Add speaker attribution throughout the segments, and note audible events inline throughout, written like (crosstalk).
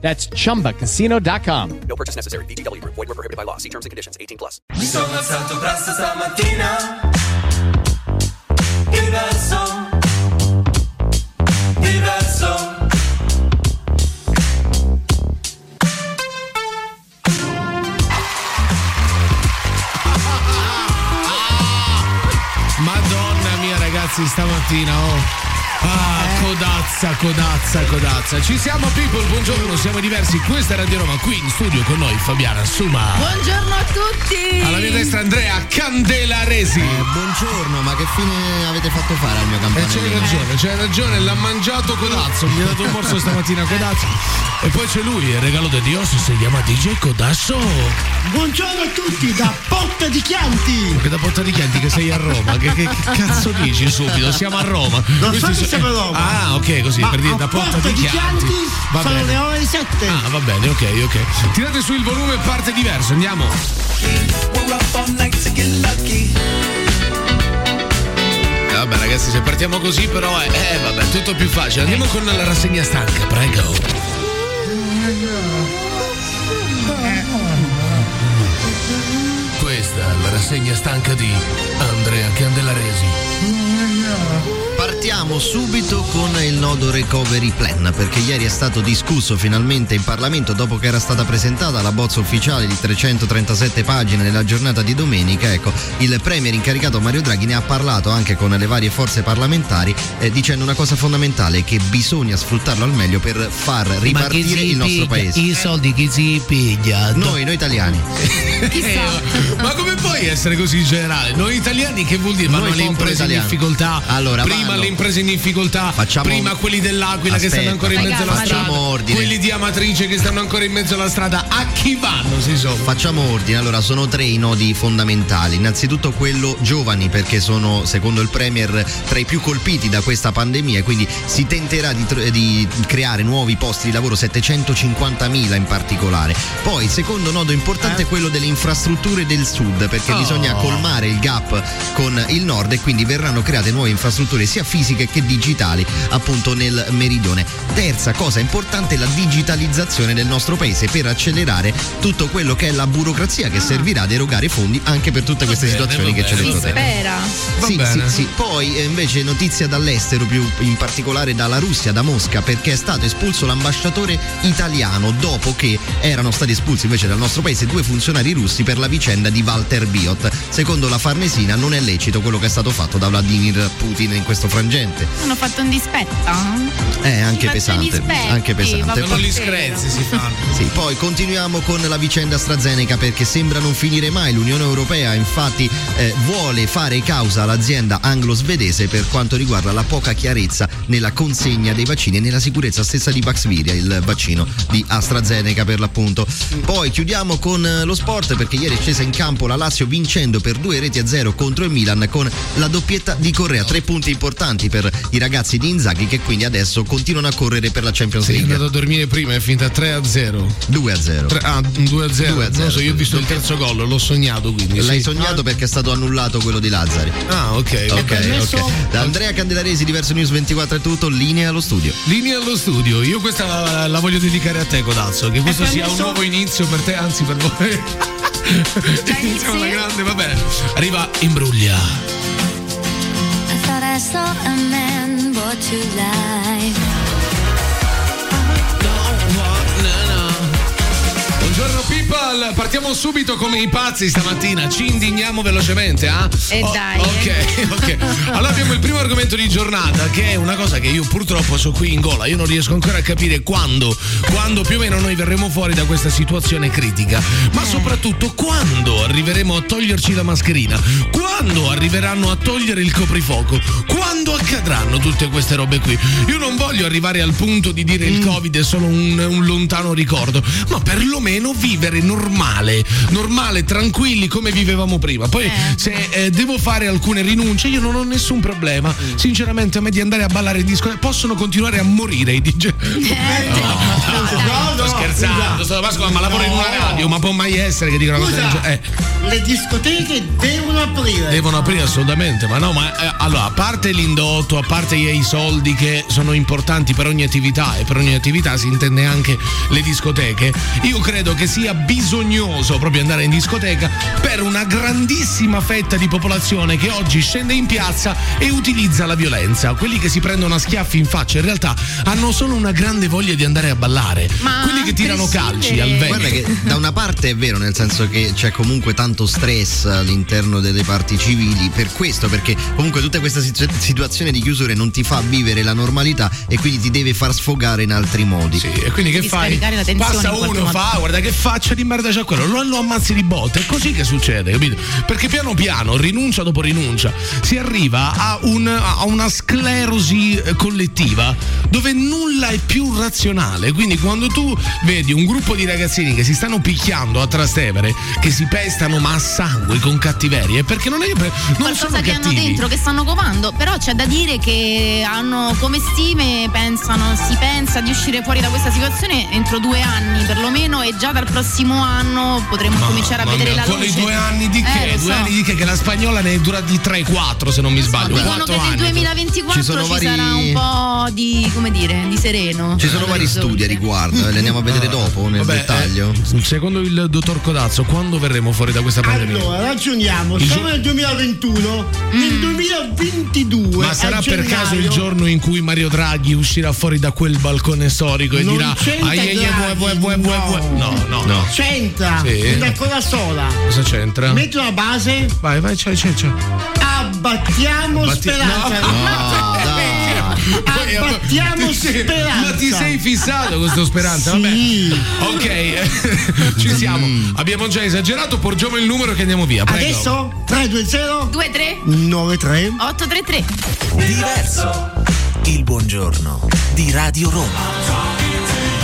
Speaker 1: That's chumbacasino.com.
Speaker 2: No purchase necessary. VGW Group. Void were prohibited by law. See terms and conditions. 18 plus.
Speaker 3: Mi sono alzato presto stamattina. Diverso. Diverso.
Speaker 4: Madonna mia ragazzi stamattina oh. Ah, codazza, codazza, codazza. Ci siamo people, buongiorno, siamo diversi. Questa è Radio Roma, qui in studio con noi Fabiana Suma.
Speaker 5: Buongiorno a tutti!
Speaker 4: Alla mia destra Andrea Candelaresi.
Speaker 6: Eh, buongiorno, ma che fine avete fatto fare al mio
Speaker 4: E c'hai
Speaker 6: campanello?
Speaker 4: ragione, c'hai ragione, l'ha mangiato Codazzo, mi ha dato un morso stamattina Codazzo. E poi c'è lui, il regalo di Dio si chiama DJ Codazzo.
Speaker 7: Buongiorno a tutti da Porta di Chianti!
Speaker 4: Che da Porta di Chianti che sei a Roma, che, che- che cazzo dici subito? Siamo a Roma.
Speaker 7: Non
Speaker 4: Questi
Speaker 7: so
Speaker 4: so-
Speaker 7: che siamo a Roma.
Speaker 4: Ah, ok, così,
Speaker 7: Ma
Speaker 4: per dire da
Speaker 7: a
Speaker 4: Porta di Chianti. Va
Speaker 7: sono
Speaker 4: bene.
Speaker 7: le ore 7.
Speaker 4: Ah, va bene, ok, ok. Tirate su il volume e parte diverso, andiamo.
Speaker 3: We're up all night to get lucky.
Speaker 4: Eh, Vabbè ragazzi, se partiamo così però è eh, vabbè, tutto più facile. Andiamo con la rassegna stanca, prego. Questa è la rassegna stanca di Andrea Candelaresi.
Speaker 6: Partiamo subito con il nodo recovery plan perché ieri è stato discusso finalmente in Parlamento dopo che era stata presentata la bozza ufficiale di 337 pagine nella giornata di domenica. Ecco, il premier incaricato Mario Draghi ne ha parlato anche con le varie forze parlamentari eh, dicendo una cosa fondamentale che bisogna sfruttarlo al meglio per far ripartire il nostro paese.
Speaker 4: I soldi chi si piglia?
Speaker 6: Noi, noi italiani.
Speaker 4: Eh, Ma come puoi essere così generale? Noi italiani che vuol dire? Vanno
Speaker 6: Noi
Speaker 4: alle
Speaker 6: popolo
Speaker 4: imprese in
Speaker 6: italiano.
Speaker 4: difficoltà.
Speaker 6: Allora,
Speaker 4: prima
Speaker 6: vanno.
Speaker 4: le imprese in difficoltà,
Speaker 6: Facciamo-
Speaker 4: prima quelli dell'Aquila che
Speaker 6: Aspetta,
Speaker 4: stanno ancora in mezzo alla
Speaker 6: facciamo
Speaker 4: strada.
Speaker 6: ordine.
Speaker 4: Quelli di Amatrice che stanno ancora in mezzo alla strada. A chi vanno si sono?
Speaker 6: Facciamo ordine, allora sono tre i nodi fondamentali. Innanzitutto quello giovani perché sono secondo il Premier tra i più colpiti da questa pandemia e quindi si tenterà di, tr- di creare nuovi posti di lavoro, 750.000 in particolare. Poi il secondo nodo importante è quello delle infrastrutture del sud perché bisogna colmare il gap con il nord e quindi verranno create nuove infrastrutture sia fisiche che digitali appunto nel meridione. Terza cosa importante è la digitalizzazione del nostro paese per accelerare tutto quello che è la burocrazia che servirà ad erogare fondi anche per tutte queste
Speaker 4: bene,
Speaker 6: situazioni
Speaker 4: va
Speaker 6: che ci ha
Speaker 4: bene,
Speaker 6: detto
Speaker 4: va
Speaker 6: te.
Speaker 5: Spera!
Speaker 4: Va
Speaker 6: Eh, Sì, sì,
Speaker 4: bene.
Speaker 6: sì. Poi eh, invece notizia dall'estero, più in particolare dalla Russia, da Mosca, perché è stato espulso l'ambasciatore italiano dopo che erano stati espulsi invece dal nostro paese due funzionari russi per la vicenda di Walter Biot. Secondo la Farnesina non è lecito quello che è stato fatto da Vladimir Putin in questo frangente.
Speaker 5: Hanno fatto un dispetto?
Speaker 6: È anche
Speaker 5: Faccio gli
Speaker 6: pesante,
Speaker 5: specchi,
Speaker 6: anche pesante.
Speaker 5: vabbè.
Speaker 4: Sono gli
Speaker 5: Sì.
Speaker 4: screzi si fanno.
Speaker 6: Sì, poi continuiamo con la vicenda AstraZeneca perché sembra non finire mai. L'Unione Europea infatti eh, vuole fare causa all'azienda anglo-svedese per quanto riguarda la poca chiarezza nella consegna dei vaccini e nella sicurezza stessa di Paxviria, il vaccino di AstraZeneca per l'appunto. Poi chiudiamo con eh, lo sport perché ieri è scesa in campo la Lazio vincendo per due reti a zero contro il Milan con la doppietta di Correa. Tre punti importanti per i ragazzi di Inzaghi che quindi adesso continuano a correre per la Champions
Speaker 4: Sei andato
Speaker 6: League.
Speaker 4: a dormire prima, è finita 3 a 0.
Speaker 6: 2 a 0.
Speaker 4: Tre- ah, 2 a 0.
Speaker 6: Due a
Speaker 4: Non
Speaker 6: zero,
Speaker 4: so, io ho visto il terzo gol, l'ho sognato quindi.
Speaker 6: L'hai
Speaker 4: Sì.
Speaker 6: sognato perché è stato annullato quello di Lazzari.
Speaker 4: Ah, ok.
Speaker 6: Ok,
Speaker 7: permesso?
Speaker 6: ok. Da Andrea Candelaresi, Diverso News 24 è tutto, linea allo studio.
Speaker 4: Linea allo studio, io questa la, la voglio dedicare a te, Codazzo. Che questo sia un
Speaker 7: permesso?
Speaker 4: nuovo inizio per te, anzi per voi. (laughs) Inizia una grande, va bene. Arriva Imbruglia.
Speaker 8: I thought I saw a man brought to life.
Speaker 4: Buongiorno people, partiamo subito come i pazzi stamattina, ci indigniamo velocemente, ah?
Speaker 5: E
Speaker 4: Oh,
Speaker 5: dai,
Speaker 4: Ok, (laughs) ok. Allora abbiamo il primo argomento di giornata che è una cosa che io purtroppo so qui in gola, io non riesco ancora a capire quando, quando più o meno noi verremo fuori da questa situazione critica, ma soprattutto quando arriveremo a toglierci la mascherina, quando arriveranno a togliere il coprifuoco, quando accadranno tutte queste robe qui. Io non voglio arrivare al punto di dire
Speaker 7: Mm.
Speaker 4: il Covid è solo un, un lontano ricordo, ma perlomeno vivere normale, normale, tranquilli come vivevamo prima. Poi se eh, devo fare alcune rinunce io non ho nessun problema.
Speaker 7: Mm.
Speaker 4: Sinceramente a me di andare a ballare in disco possono continuare a morire i DJ.
Speaker 7: Eh,
Speaker 4: Eh, (laughs)
Speaker 7: No,
Speaker 4: Sto
Speaker 7: no,
Speaker 4: scherzando,
Speaker 7: scusa.
Speaker 4: sto- ma scusa, Esatto, ma lavoro in una
Speaker 7: Esatto, No.
Speaker 4: radio, ma può mai essere che dica una cosa del
Speaker 7: Scusa,
Speaker 4: genere? Eh.
Speaker 7: le discoteche devono aprire.
Speaker 4: Devono aprire assolutamente, ma no, ma eh, allora, a parte l'indotto, a parte i soldi che sono importanti per ogni attività e per ogni attività si intende anche le discoteche, io credo che sia bisognoso proprio andare in discoteca per una grandissima fetta di popolazione che oggi scende in piazza e utilizza la violenza. Quelli che si prendono a schiaffi in faccia in realtà hanno solo una grande voglia di andare a ballare.
Speaker 5: Ma
Speaker 4: Quelli che
Speaker 5: Eh
Speaker 4: tirano calci
Speaker 5: prescindere-
Speaker 4: al vento.
Speaker 6: Guarda che da una parte è vero, nel senso che c'è comunque tanto stress all'interno delle parti civili, per questo, perché comunque tutta questa situ- situazione di chiusure non ti fa vivere la normalità e quindi ti deve far sfogare in altri modi.
Speaker 4: Sì, e quindi che
Speaker 5: Devi
Speaker 4: fai?
Speaker 5: scaricare la tensione
Speaker 4: Passa
Speaker 5: in qualche
Speaker 4: uno,
Speaker 5: modo.
Speaker 4: fa, guarda che faccia di merda c'ha quello, lo, lo ammazzi di botte, è così che succede, capito? Perché piano piano, rinuncia dopo rinuncia, si arriva a, un- a una sclerosi eh, collettiva dove nulla è più razionale, quindi quando tu vedi un gruppo di ragazzini che si stanno picchiando a Trastevere, che si pestano ma a sangue con cattiverie, perché non è che non sono
Speaker 5: Qualcosa che hanno
Speaker 4: cattivi.
Speaker 5: dentro, che stanno covando, però c'è da dire che hanno come stime, pensano, si pensa di uscire fuori da questa situazione entro due anni perlomeno e già dal prossimo anno potremo cominciare a
Speaker 4: Mamma
Speaker 5: vedere
Speaker 4: mia,
Speaker 5: la luce.
Speaker 4: con i due anni di
Speaker 5: Eh,
Speaker 4: che?
Speaker 5: lo
Speaker 4: due
Speaker 5: so.
Speaker 4: anni di che? Che la spagnola ne dura di 3-4 se non mi sbaglio.
Speaker 5: Dicono
Speaker 4: Quattro
Speaker 5: che nel
Speaker 4: anni.
Speaker 5: 2024
Speaker 6: Ci
Speaker 5: ci,
Speaker 6: sono vari-
Speaker 5: sarà un po' di, come dire, di sereno.
Speaker 6: Ci sono vari
Speaker 5: All'orizzonte.
Speaker 6: studi a riguardo, eh, li andiamo a vedere dopo nel
Speaker 4: Vabbè,
Speaker 6: dettaglio.
Speaker 4: eh, secondo il dottor Codazzo, quando verremo fuori da questa pandemia?
Speaker 7: Allora, ragioniamo,
Speaker 4: Il
Speaker 7: siamo
Speaker 4: gio-
Speaker 7: nel 2021, nel 2022.
Speaker 4: Ma sarà
Speaker 7: a
Speaker 4: per caso il
Speaker 7: gennaio,
Speaker 4: giorno in cui Mario Draghi uscirà fuori da quel balcone storico e
Speaker 7: Non
Speaker 4: dirà
Speaker 7: c'entra
Speaker 4: "Ai, ai, ai,
Speaker 7: Draghi,
Speaker 4: vuoi, vuoi, vuoi,
Speaker 7: no.
Speaker 4: vuoi?" No, no, no.
Speaker 7: C'entra
Speaker 4: Sì.
Speaker 7: una cosa sola.
Speaker 4: Cosa c'entra?
Speaker 7: Metti una base,
Speaker 4: Vai, vai, c'è, c'è, c'è.
Speaker 7: abbattiamo
Speaker 4: Abbatti-
Speaker 7: speranza.
Speaker 4: No.
Speaker 6: Ah, dai.
Speaker 7: Abbattiamo
Speaker 4: Ti sei-
Speaker 7: speranza.
Speaker 4: Ma ti sei fissato con questo speranza?
Speaker 7: Sì.
Speaker 4: Vabbè. Ok, eh, (laughs) ci siamo. Abbiamo già esagerato, porgiamo il numero che andiamo via. Prego.
Speaker 7: Adesso 320
Speaker 5: 2, 3,
Speaker 7: 93
Speaker 5: 8, 3, 3.
Speaker 3: Diverso.
Speaker 9: Il buongiorno di Radio Roma.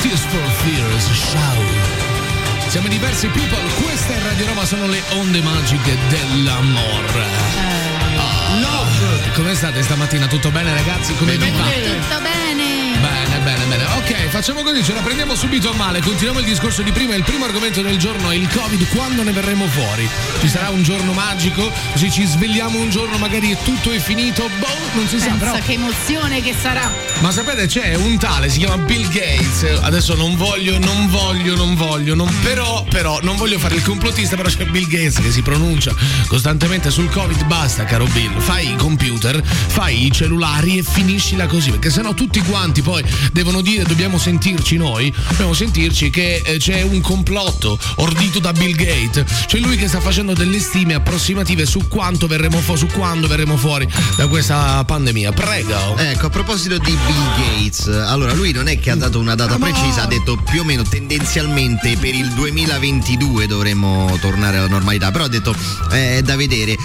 Speaker 4: Tears for Fears, Shout. Siamo diversi people, questa è Radio Roma, sono le onde magiche dell'amore.
Speaker 5: Eh,
Speaker 4: Love! Come state stamattina? Tutto bene ragazzi? Come vi va?
Speaker 5: eh, Tutto bene.
Speaker 4: Bene, bene, bene. Ok, facciamo così, ce la prendiamo subito a male. Continuiamo il discorso di prima. Il primo argomento del giorno è il Covid, quando ne verremo fuori. Ci sarà un giorno magico, se ci svegliamo un giorno magari è tutto è finito, boh, non si sa,
Speaker 5: Pensa
Speaker 4: però.
Speaker 5: che emozione che sarà.
Speaker 4: Ma sapete, c'è un tale, si chiama Bill Gates. Adesso non voglio, non voglio, non voglio, non- però, però, non voglio fare il complottista, però c'è Bill Gates che si pronuncia costantemente sul Covid. Basta, caro Bill, fai i computer, fai i cellulari e finiscila così, perché sennò tutti quanti poi devono dire, dobbiamo sentirci noi, dobbiamo sentirci che eh, c'è un complotto ordito da Bill Gates. C'è lui che sta facendo delle stime approssimative su quanto verremo fuori, su quando verremo fuori da questa pandemia. Prego.
Speaker 6: Ecco, a proposito di Bill Gates, allora lui non è che ha dato una data precisa, ha detto più o meno tendenzialmente per il 2022 dovremmo tornare alla normalità, però ha detto eh, è da vedere.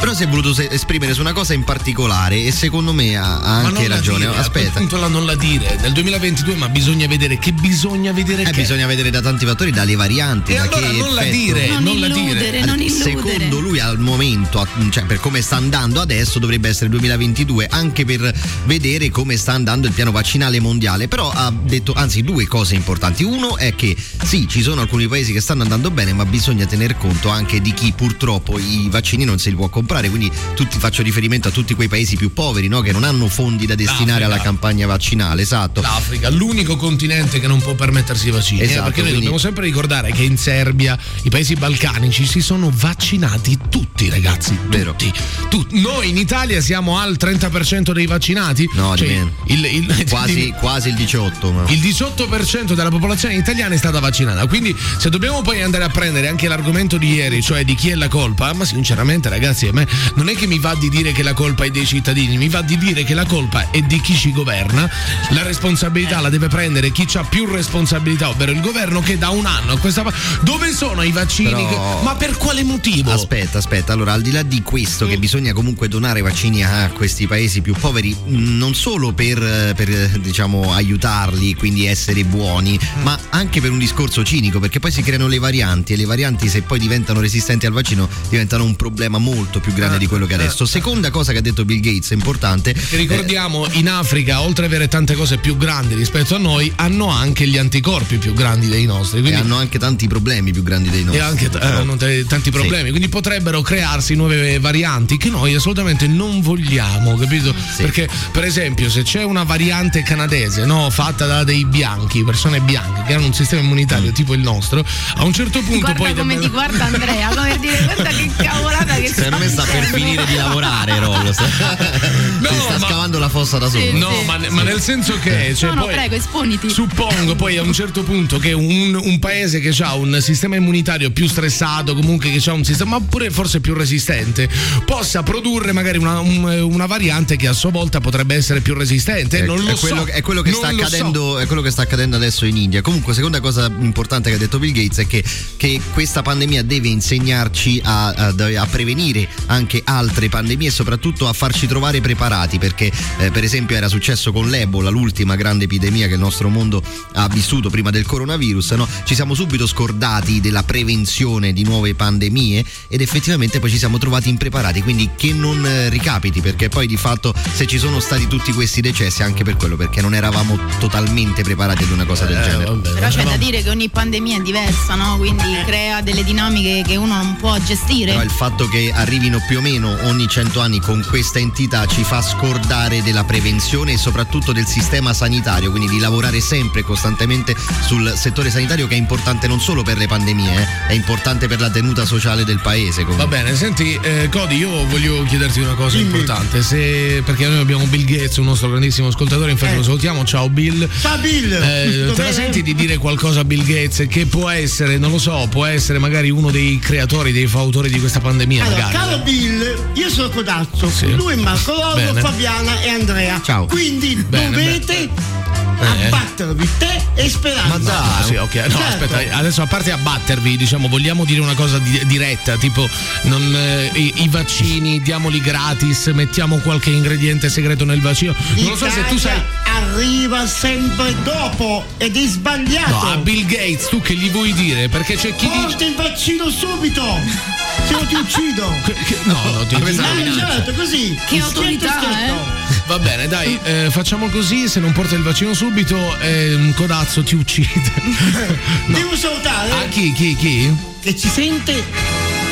Speaker 6: Però si è voluto se- esprimere su una cosa in particolare e secondo me ha, ha
Speaker 4: Ma
Speaker 6: anche
Speaker 4: non la
Speaker 6: ragione.
Speaker 4: dire,
Speaker 6: Aspetta.
Speaker 4: appunto la non la dire. Nel 2022 ma bisogna vedere che bisogna vedere
Speaker 6: Eh,
Speaker 4: che.
Speaker 6: bisogna vedere da tanti fattori, dalle varianti,
Speaker 4: E
Speaker 6: da
Speaker 4: allora
Speaker 6: che
Speaker 4: non la
Speaker 6: effetto-
Speaker 4: dire, Non non la illudere, dire. non
Speaker 6: Ad-
Speaker 4: illudere.
Speaker 6: Secondo lui al momento, a- cioè per come sta andando adesso dovrebbe essere il 2022, anche per vedere come sta andando il piano vaccinale mondiale, però ha detto anzi due cose importanti. Uno è che sì, ci sono alcuni paesi che stanno andando bene, ma bisogna tener conto anche di chi purtroppo i vaccini non se li può comprare, quindi tutti faccio riferimento a tutti quei paesi più poveri, no, che non hanno fondi da destinare alla campagna vaccinale, esatto.
Speaker 4: L'Africa, l'unico continente che non può permettersi i vaccini. eh,
Speaker 6: Esatto,
Speaker 4: perché noi
Speaker 6: quindi-
Speaker 4: dobbiamo sempre ricordare che in Serbia, i paesi balcanici si sono vaccinati tutti, ragazzi.
Speaker 6: Vero.
Speaker 4: Tutti. Tu- noi in Italia siamo al 30% dei vaccinati.
Speaker 6: No,
Speaker 4: Cioè,
Speaker 6: di meno.
Speaker 4: il- il- (laughs)
Speaker 6: quasi, quasi il 18. ma-
Speaker 4: Il 18% della popolazione italiana è stata vaccinata, quindi se dobbiamo poi andare a prendere anche l'argomento di ieri, cioè di chi è la colpa, ma sinceramente ragazzi a me non è che mi va di dire che la colpa è dei cittadini, mi va di dire che la colpa è di chi ci governa, la responsabilità la deve prendere chi ha più responsabilità, ovvero il governo che da un anno a questa parte... Dove sono i vaccini?
Speaker 6: Però-
Speaker 4: Che- Ma Mm. per quale motivo?
Speaker 6: Aspetta, aspetta, allora al di là di questo che bisogna comunque donare vaccini a questi paesi più poveri, mh, non solo per, eh, per, eh, diciamo aiutarli, quindi essere buoni,
Speaker 4: Mm.
Speaker 6: ma anche per un discorso cinico, perché poi si creano le varianti e le varianti se poi diventano resistenti al vaccino diventano un problema molto più grande di quello
Speaker 4: Eh,
Speaker 6: che adesso. Seconda cosa che ha detto Bill Gates, è importante,
Speaker 4: Che ricordiamo in Africa, oltre ad avere tante cose più grandi rispetto a noi, hanno anche gli anticorpi più grandi dei nostri.
Speaker 6: e
Speaker 4: Quindi
Speaker 6: hanno anche tanti problemi più grandi dei nostri.
Speaker 4: E anche t- eh, hanno t- tanti problemi, quindi potrebbero crearsi nuove varianti che noi assolutamente non vogliamo, capito? Perché, per esempio, se c'è una variante canadese, no, fatta da dei bianchi, persone bianche, che hanno un sistema
Speaker 6: Mm.
Speaker 4: immunitario tipo il nostro, a un certo punto
Speaker 5: Guarda
Speaker 4: poi.
Speaker 5: come
Speaker 4: dobbiamo-
Speaker 5: ti guarda Andrea, come per dire guarda
Speaker 4: (laughs)
Speaker 5: che cavolata che
Speaker 6: Secondo me sta per finire di lavorare Rollo. sta- si sta scavando la (laughs) fossa da solo.
Speaker 5: Sì,
Speaker 4: No, ma, ne- ma nel senso
Speaker 6: Eh.
Speaker 4: che. Cioè,
Speaker 5: No, no,
Speaker 4: poi-
Speaker 5: prego, esponiti.
Speaker 4: Suppongo poi a un certo punto che un, un paese che ha un sistema immunitario più stressato, comunque che ha un sistema, ma pure forse più resistente, possa produrre magari una, un- una variante che a sua volta potrebbe essere più resistente.
Speaker 6: Ecco,
Speaker 4: non lo
Speaker 6: è, quello,
Speaker 4: so.
Speaker 6: è quello che sta
Speaker 4: Non lo so.
Speaker 6: accadendo, è quello che sta accadendo adesso in India. Comunque, seconda cosa importante che ha detto Bill Gates è che, che questa pandemia deve insegnarci a, ad- a prevenire anche altre pandemie e soprattutto a farci trovare preparati. Perché, eh, per esempio, era successo con l'Ebola, l'ultima grande epidemia che il nostro mondo ha vissuto prima del coronavirus. no? Ci siamo subito scordati della prevenzione di nuove pandemie ed effettivamente poi ci siamo trovati impreparati. Quindi che non eh, ricapiti, perché poi di fatto se ci sono stati tutti questi decessi anche per quello, perché non eravamo totalmente preparati ad una cosa del genere.
Speaker 5: Però c'è da dire che ogni pandemia è diversa, no? Quindi crea delle dinamiche che uno non può gestire.
Speaker 6: Però il fatto che arrivino più o meno ogni 100 anni con questa entità ci fa scordare della prevenzione e soprattutto del sistema sanitario, quindi di lavorare sempre e costantemente sul settore sanitario che è importante non solo per le pandemie, eh, è importante per la tenuta sociale del paese.
Speaker 4: Va
Speaker 6: comunque.
Speaker 4: bene, senti, eh, Cody, io voglio chiederti una cosa importante. Se, perché noi abbiamo Bill Gates, un nostro grandissimo ascoltatore, infatti lo salutiamo. Ciao Bill.
Speaker 7: Eh. Ciao Bill!
Speaker 4: Eh, te la senti di dire qualcosa a Bill Gates che può essere, non lo so, può essere magari uno dei creatori, dei fautori di questa pandemia,
Speaker 7: Allora,
Speaker 4: magari.
Speaker 7: caro Bill, io sono Codazzo,
Speaker 4: Sì.
Speaker 7: lui è Marco Loro,
Speaker 4: Bene.
Speaker 7: Fabiana e Andrea.
Speaker 4: Ciao.
Speaker 7: Quindi
Speaker 4: Bene,
Speaker 7: dovete
Speaker 4: Eh.
Speaker 7: abbattervi te e Speranza.
Speaker 4: No, sì, ok. No,
Speaker 7: Certo.
Speaker 4: aspetta, eh. adesso a parte abbattervi, diciamo, vogliamo dire una cosa di- diretta, tipo non, eh, i, i vaccini diamoli gratis, mettiamo qualche ingrediente segreto nel vaccino. Non lo so se tu sai.
Speaker 7: arriva sempre dopo ed è sbagliato.
Speaker 4: No, a Bill Gates, tu che gli vuoi dire? Perché c'è chi dice.
Speaker 7: Porta il vaccino subito! Se no
Speaker 4: (laughs)
Speaker 7: ti uccido!
Speaker 4: No, no, ti
Speaker 7: Eh, certo, così!
Speaker 5: Che
Speaker 7: Schietto,
Speaker 5: autorità, eh?
Speaker 7: schietto.
Speaker 4: Va bene, dai, eh, facciamo così, se non porta il vaccino subito, eh, un codazzo ti
Speaker 7: (laughs)
Speaker 4: uccide.
Speaker 7: Devo salutare
Speaker 4: A chi, chi, chi?
Speaker 7: che ci sente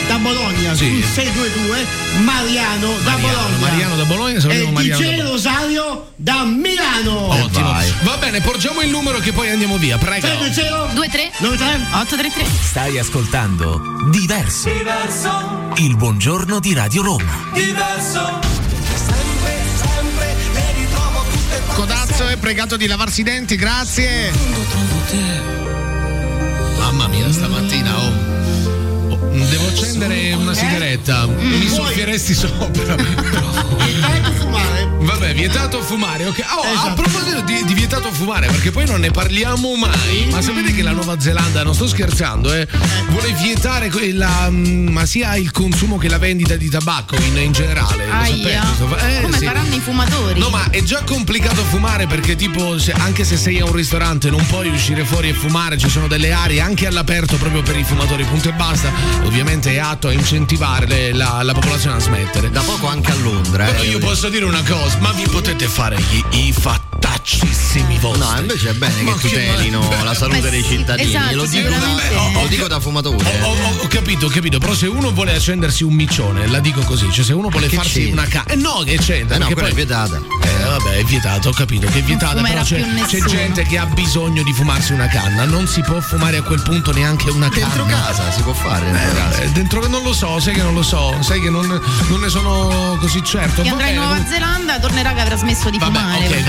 Speaker 7: da Bologna
Speaker 4: Sì.
Speaker 7: sul 622 Mariano, da Bologna.
Speaker 4: Mariano da Bologna, salutiamo
Speaker 7: e
Speaker 4: Mariano da Oh,
Speaker 7: DJ
Speaker 4: Bologna.
Speaker 7: Rosario da Milano. Eh,
Speaker 4: Ottimo. Va bene, porgiamo il numero che poi andiamo via, prego.
Speaker 5: 2, 3, 833.
Speaker 9: Stai ascoltando Diverso.
Speaker 3: Diverso,
Speaker 9: Il buongiorno di Radio Roma.
Speaker 3: diverso. Sempre, sempre le ritrovo tutte quante
Speaker 4: Codazzo è pregato di lavarsi i denti, grazie. Mamma mia, stamattina, oh. Oh, Devo accendere
Speaker 7: Eh?
Speaker 4: una sigaretta. Mi
Speaker 7: Vuoi-
Speaker 4: soffieresti sopra.
Speaker 7: Mm. Vietato fumare.
Speaker 4: Vabbè, vietato fumare. ok. Oh, A
Speaker 7: Esatto.
Speaker 4: proposito di, di vietato fumare, perché poi non ne parliamo mai,
Speaker 7: Mm.
Speaker 4: ma sapete che la Nuova Zelanda, non sto scherzando, eh, vuole vietare que- la, mm, ma sia il consumo che la vendita di tabacco in, in generale. Lo sapete?
Speaker 5: Aia.
Speaker 4: sto fa- eh,
Speaker 5: Come
Speaker 4: sì.
Speaker 5: faranno i fumatori?
Speaker 4: No, ma è già complicato fumare perché, tipo, se- anche se sei a un ristorante, non puoi uscire fuori e fumare, ci sono delle aree anche all'aperto proprio per i fumatori, punto e basta. Ovviamente è atto a incentivare le- la, la popolazione a smettere.
Speaker 6: Da poco anche a Londra.
Speaker 4: Però
Speaker 6: eh,
Speaker 4: io posso dire una cosa, ma vi potete fare gli, i fattaccissimi vostri.
Speaker 6: No, invece è bene
Speaker 4: Ma
Speaker 6: Eh, che
Speaker 4: che
Speaker 6: tutelino
Speaker 4: male-
Speaker 6: la salute
Speaker 5: Beh,
Speaker 6: dei
Speaker 5: sì,
Speaker 6: cittadini.
Speaker 5: esatto,
Speaker 6: lo, dico
Speaker 5: sicuramente.
Speaker 6: da, lo dico da
Speaker 4: Ho,
Speaker 6: fumatore. eh.
Speaker 4: ho- ho capito, ho capito, però se uno vuole accendersi un miccione, la dico così, cioè se uno vuole
Speaker 6: che
Speaker 4: farsi
Speaker 6: c'entra?
Speaker 4: una ca... Eh no, che c'entra,
Speaker 6: Eh no,
Speaker 4: perché
Speaker 6: quella è
Speaker 4: poi-
Speaker 6: vietata.
Speaker 4: Eh, vabbè, è vietato, ho capito che è vietato,
Speaker 5: fumerà
Speaker 4: però c'è,
Speaker 5: più
Speaker 4: c'è
Speaker 5: nessuno.
Speaker 4: gente che ha bisogno di fumarsi una canna, non si può fumare a quel punto neanche una canna.
Speaker 6: Dentro casa si può fare dentro casa.
Speaker 4: Eh, Dentro non lo so, sai che non lo so, sai che non, non ne sono così certo.
Speaker 5: Chi
Speaker 4: Va
Speaker 5: andrà in
Speaker 4: bene,
Speaker 5: Nuova Zelanda tornerà che avrà smesso di
Speaker 4: Vabbè,
Speaker 5: fumare,
Speaker 4: ok.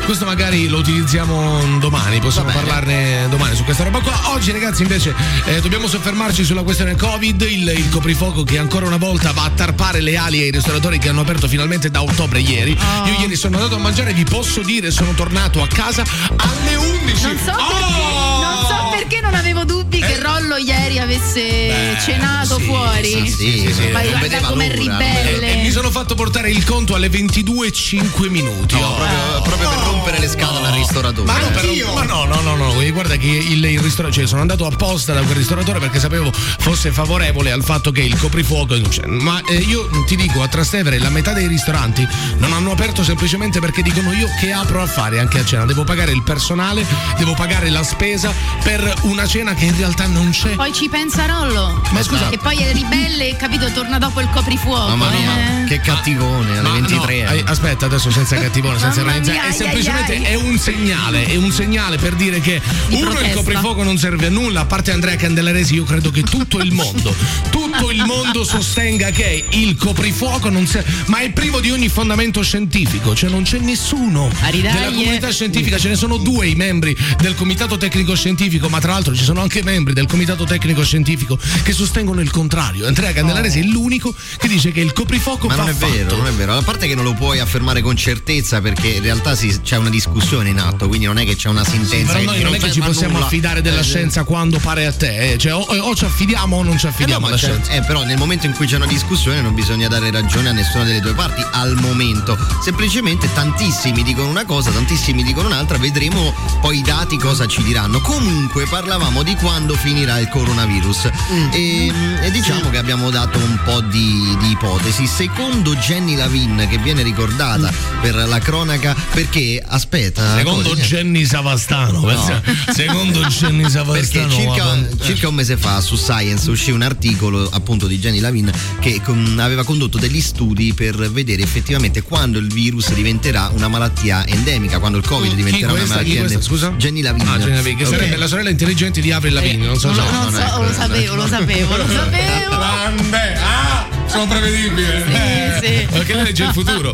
Speaker 4: (laughs)
Speaker 5: probabilmente.
Speaker 4: Questo magari lo utilizziamo domani, possiamo
Speaker 6: Va bene.
Speaker 4: parlarne domani su questa roba qua. Oggi ragazzi invece eh, dobbiamo soffermarci sulla questione Covid, il, il coprifuoco che ancora una volta va a tarpare le ali ai ristoratori che hanno aperto finalmente da ottobre ieri. Io ieri sono andato a mangiare, vi posso dire, sono tornato a casa alle 11.
Speaker 5: Non
Speaker 4: Oh!
Speaker 5: so,
Speaker 4: Eh.
Speaker 5: perché, non so perché non avevo dubbi che Rollo ieri avesse cenato
Speaker 4: sì,
Speaker 5: fuori.
Speaker 6: Sì, sì, sì,
Speaker 5: Ma
Speaker 6: non
Speaker 5: guarda
Speaker 6: vedeva eh,
Speaker 5: com'è
Speaker 6: l'ora, non
Speaker 5: ribelle.
Speaker 6: vedeva-
Speaker 4: E, e Eh, mi sono fatto portare il conto alle 22.05 minuti.
Speaker 6: No,
Speaker 4: oh.
Speaker 6: proprio, proprio per rompere le scatole al ristoratore.
Speaker 4: Ma no, però- ma no, no, no, no, eh, guarda che il, il ristoratore, cioè sono andato apposta da quel ristoratore perché sapevo fosse favorevole al fatto che il coprifuoco, cioè, ma eh, io ti dico a Trastevere la metà dei ristoranti non hanno aperto semplicemente perché dicono io che apro a fare anche a cena, devo pagare il personale, devo pagare la spesa per una cena che in realtà non c'è.
Speaker 5: Poi ci pensa Rollo.
Speaker 4: Ma scusa-
Speaker 5: E poi è ribelle, capito, torna dopo il coprifuoco.
Speaker 6: Mamma
Speaker 5: eh.
Speaker 6: mia, che cattivone alle
Speaker 4: Ma
Speaker 6: 23.
Speaker 4: no,
Speaker 6: eh.
Speaker 4: ai- aspetta, adesso senza cattivone, senza
Speaker 5: Mamma
Speaker 4: organizzare.
Speaker 5: mia,
Speaker 4: È
Speaker 5: ai,
Speaker 4: semplicemente
Speaker 5: ai, ai.
Speaker 4: è un segnale, è un segnale per dire che
Speaker 5: Di
Speaker 4: uno il
Speaker 5: protesta.
Speaker 4: coprifuoco non serve a nulla, a parte Andrea Candelaresi, io credo che tutto il mondo, tutto il mondo sostenga che il coprifuoco non serve, ma è privo di ogni fondamento scientifico, cioè non c'è nessuno
Speaker 5: A ridaglie.
Speaker 4: della comunità scientifica, ce ne sono due i membri del comitato tecnico scientifico, ma tra l'altro ci sono anche membri del comitato tecnico scientifico che sostengono il contrario. Andrea Candelaresi è l'unico che dice che il coprifuoco
Speaker 6: Ma
Speaker 4: va
Speaker 6: non è
Speaker 4: Ecco, fatto.
Speaker 6: vero, non è vero. A parte che non lo puoi affermare con certezza perché in realtà si- c'è una discussione in atto, quindi non è che c'è una sentenza.
Speaker 4: Però noi non è che ci
Speaker 6: ferma
Speaker 4: possiamo
Speaker 6: nulla.
Speaker 4: affidare della
Speaker 6: Eh,
Speaker 4: scienza quando pare a te, eh. cioè o, o ci affidiamo o non ci
Speaker 6: Eh no,
Speaker 4: affidiamo
Speaker 6: ma
Speaker 4: alla
Speaker 6: c'è-
Speaker 4: scienza.
Speaker 6: eh, però nel momento in cui c'è una discussione non bisogna dare ragione a nessuna delle due parti al momento. Semplicemente tantissimi dicono una cosa, tantissimi dicono un'altra, vedremo poi i dati cosa ci diranno. Comunque parlavamo di quando finirà il coronavirus
Speaker 4: Mm.
Speaker 6: e, e diciamo che abbiamo dato un po' di, di ipotesi. Secondo Jenny Lavin, che viene ricordata per la cronaca, perché aspetta...
Speaker 4: Mm. Secondo
Speaker 6: cosa-
Speaker 4: Jenny Savastano,
Speaker 6: (laughs)
Speaker 4: pensa- secondo Jenny
Speaker 6: perché
Speaker 4: Savastano.
Speaker 6: circa,
Speaker 4: ma-
Speaker 6: circa un mese fa su Science uscì un articolo appunto di Jenny Lavin che con- aveva condotto degli studi per vedere effettivamente quando il virus diventerà una malattia endemica, quando il Covid
Speaker 4: Chi
Speaker 6: diventerà una
Speaker 4: questa? Chi
Speaker 6: malattia
Speaker 4: questa?
Speaker 6: endemica.
Speaker 4: Scusa?
Speaker 6: Jenny Lavin.
Speaker 4: Ah, Jenny Lavin, che
Speaker 6: Ok.
Speaker 4: sarebbe la sorella intelligente di Avril Lavigne, non so
Speaker 5: Non
Speaker 4: se
Speaker 5: lo, non
Speaker 6: no,
Speaker 5: so,
Speaker 6: ecco,
Speaker 5: lo sapevo, lo sapevo,
Speaker 6: (laughs)
Speaker 5: lo sapevo.
Speaker 4: Grande! Ah! Sono (laughs) prevedibile!
Speaker 5: Sì, sì.
Speaker 4: Eh, Perché lei legge il futuro.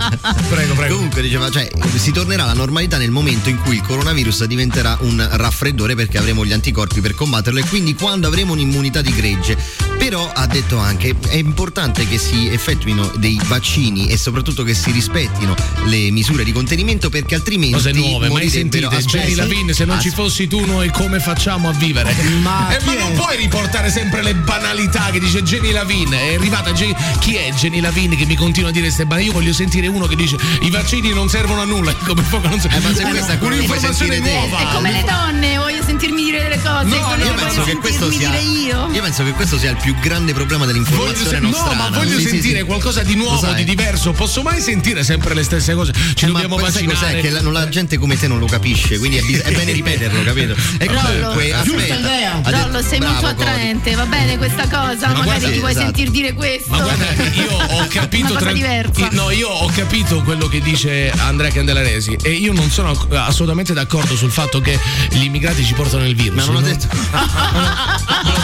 Speaker 4: Prego, prego.
Speaker 6: Comunque diceva, cioè, si tornerà alla normalità nel momento in cui il coronavirus diventerà un raffreddore perché avremo gli anticorpi per combatterlo e quindi quando avremo un'immunità di gregge. Però ha detto anche è importante che si effettuino dei vaccini e soprattutto che si rispettino le misure di contenimento perché altrimenti
Speaker 4: Cose nuove, mai
Speaker 6: morirebbero-
Speaker 4: sentite. Jenny
Speaker 6: Aspetta.
Speaker 4: Lavin, se non ci
Speaker 6: Aspetta.
Speaker 4: fossi tu, noi come facciamo a
Speaker 6: (laughs)
Speaker 4: vivere?
Speaker 7: Ma
Speaker 4: Eh, ma
Speaker 7: chi
Speaker 4: non
Speaker 7: è?
Speaker 4: puoi riportare sempre le banalità che dice Jenny Lavin. È arrivata Jenny- chi è Jenny Lavin che mi continua a dire queste banalità? Io voglio sentire uno che dice i vaccini non servono a nulla. (laughs) Come poco non servono.
Speaker 6: Eh, ma se questa è quella che puoi
Speaker 4: un'informazione
Speaker 6: sentire te.
Speaker 4: nuova.
Speaker 5: È come le donne, voglio sentirmi dire delle cose.
Speaker 4: No,
Speaker 5: quello
Speaker 4: io
Speaker 5: che
Speaker 6: Io
Speaker 4: Ma
Speaker 6: penso,
Speaker 5: voglio
Speaker 6: che questo
Speaker 5: sentirmi
Speaker 6: sia,
Speaker 5: dire io.
Speaker 6: io penso che questo sia il più grande problema
Speaker 4: Voglio
Speaker 6: dell'informazione
Speaker 4: sen-
Speaker 6: nostrana.
Speaker 4: no, ma voglio
Speaker 6: Sì, sì,
Speaker 4: sentire
Speaker 6: sì.
Speaker 4: qualcosa di
Speaker 6: Lo
Speaker 4: nuovo,
Speaker 6: sai.
Speaker 4: di diverso. Posso mai sentire sempre le stesse cose? Ci
Speaker 6: Eh, ma
Speaker 4: dobbiamo
Speaker 6: poi sai
Speaker 4: vaccinare.
Speaker 6: cos'è? Che la, non- la gente come te non lo capisce, quindi è, bis- è bene ripeterlo, capito? E
Speaker 5: Rollo.
Speaker 6: comunque,
Speaker 5: Giusto,
Speaker 6: aspetta,
Speaker 7: Andrea.
Speaker 6: ha detto-
Speaker 5: Rollo, sei molto
Speaker 6: bravo, Cody.
Speaker 5: attraente, va bene questa cosa?
Speaker 6: Ma
Speaker 5: Magari
Speaker 6: guarda,
Speaker 5: ti
Speaker 6: sì,
Speaker 5: vuoi
Speaker 6: esatto.
Speaker 5: sentir dire questo.
Speaker 4: Ma
Speaker 6: (laughs)
Speaker 4: guarda, io ho capito.
Speaker 5: Una cosa diversa.
Speaker 4: i- No, io ho capito quello che dice Andrea Candelaresi. E io non sono ac- assolutamente d'accordo sul fatto che gli immigrati ci portano il virus.
Speaker 6: Ma non ho
Speaker 4: no?
Speaker 6: detto.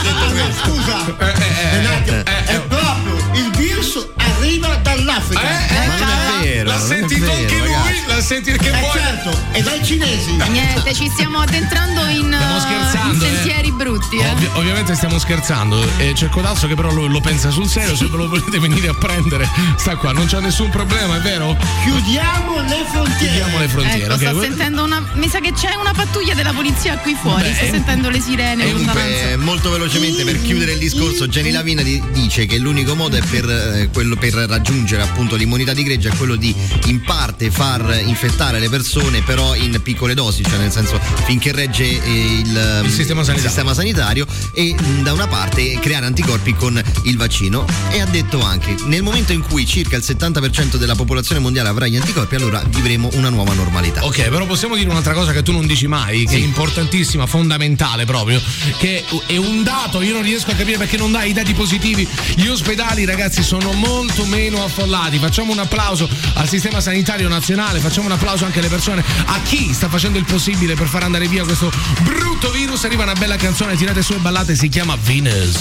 Speaker 7: Allora, scusa.
Speaker 4: Eh,
Speaker 6: Eh,
Speaker 7: un attimo. È proprio il virus arriva
Speaker 4: Eh,
Speaker 7: dall'Africa.
Speaker 4: eh,
Speaker 6: Ma non è vero,
Speaker 4: L'ha
Speaker 6: non è
Speaker 4: sentito
Speaker 6: vero,
Speaker 4: anche
Speaker 6: ragazzi.
Speaker 4: lui? L'ha sentito che
Speaker 7: Eh,
Speaker 4: vuole.
Speaker 7: certo, e dai cinesi.
Speaker 5: Niente, ci stiamo addentrando in,
Speaker 4: Stiamo
Speaker 5: eh, in
Speaker 4: scherzando, eh.
Speaker 5: sentieri brutti. tutti, eh.
Speaker 4: Ovvi- ovviamente stiamo scherzando, eh, c'è Codazzo che però lo, lo pensa sul serio, se ve lo volete venire a prendere sta qua, non c'è nessun problema, è vero?
Speaker 7: Chiudiamo le frontiere.
Speaker 4: Chiudiamo le frontiere,
Speaker 5: Ecco,
Speaker 4: ok?
Speaker 5: sto
Speaker 4: Que-
Speaker 5: sentendo una. Mi sa che c'è una pattuglia della polizia qui fuori.
Speaker 6: Beh,
Speaker 5: sto
Speaker 6: è-
Speaker 5: sentendo le sirene.
Speaker 6: E
Speaker 5: in lontananza.
Speaker 6: comunque, eh, molto velocemente per chiudere il discorso, Gianni Lavina di- dice che l'unico modo è per, eh, quello per raggiungere appunto l'immunità di greggia è quello di in parte far infettare le persone però in piccole dosi, cioè nel senso finché regge eh, il, il
Speaker 4: sistema sanitario.
Speaker 6: sistema sanitario, e mh, da una parte creare anticorpi con il vaccino e ha detto anche nel momento in cui circa il 70% della popolazione mondiale avrà gli anticorpi allora vivremo una nuova normalità.
Speaker 4: Ok, però possiamo dire un'altra cosa che tu non dici mai, che è importantissima, fondamentale proprio, che è un dato, io non riesco a capire perché non dai i dati positivi. Gli ospedali, ragazzi, sono molto meno affollati. Facciamo un applauso al sistema sanitario nazionale, facciamo un applauso anche alle persone, a chi sta facendo il possibile per far andare via questo brutto virus. Arriva una bella canzone, tirate su e ballate, si chiama Venus.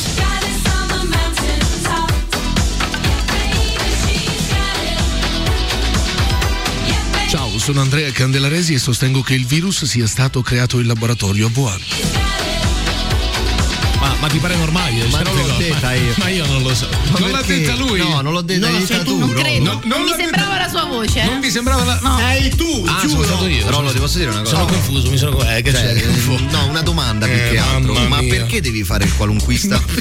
Speaker 4: Ciao, sono Andrea Candelaresi e sostengo che il virus sia stato creato in laboratorio a Wuhan. Ma, ma ti pare normale?
Speaker 6: Ma non l'ho
Speaker 4: Cioè,
Speaker 6: detta
Speaker 4: ma-
Speaker 6: io.
Speaker 4: Ma io non lo so.
Speaker 6: Ma
Speaker 4: non l'ha
Speaker 6: perché?
Speaker 4: detta lui?
Speaker 6: No, non l'ho detta,
Speaker 4: No,
Speaker 6: l'hai
Speaker 4: sei
Speaker 6: detta
Speaker 4: tu,
Speaker 6: tu,
Speaker 4: non
Speaker 6: Rolo.
Speaker 5: credo.
Speaker 4: No, non
Speaker 5: mi
Speaker 4: l'ha
Speaker 5: sembrava la sua voce. eh.
Speaker 4: Non mi sembrava la...
Speaker 5: No.
Speaker 7: Sei tu,
Speaker 4: Ah, sono
Speaker 7: giuro.
Speaker 4: stato io.
Speaker 6: Rolo,
Speaker 4: sono-
Speaker 6: ti posso dire una cosa?
Speaker 4: Sono confuso, mi sono... Eh, che
Speaker 6: Cioè,
Speaker 4: c'è? Che fu-
Speaker 6: no, una domanda più
Speaker 4: Eh,
Speaker 6: che altro.
Speaker 4: mamma
Speaker 6: Ma
Speaker 4: mia.
Speaker 6: perché devi fare il qualunquista?
Speaker 4: Ma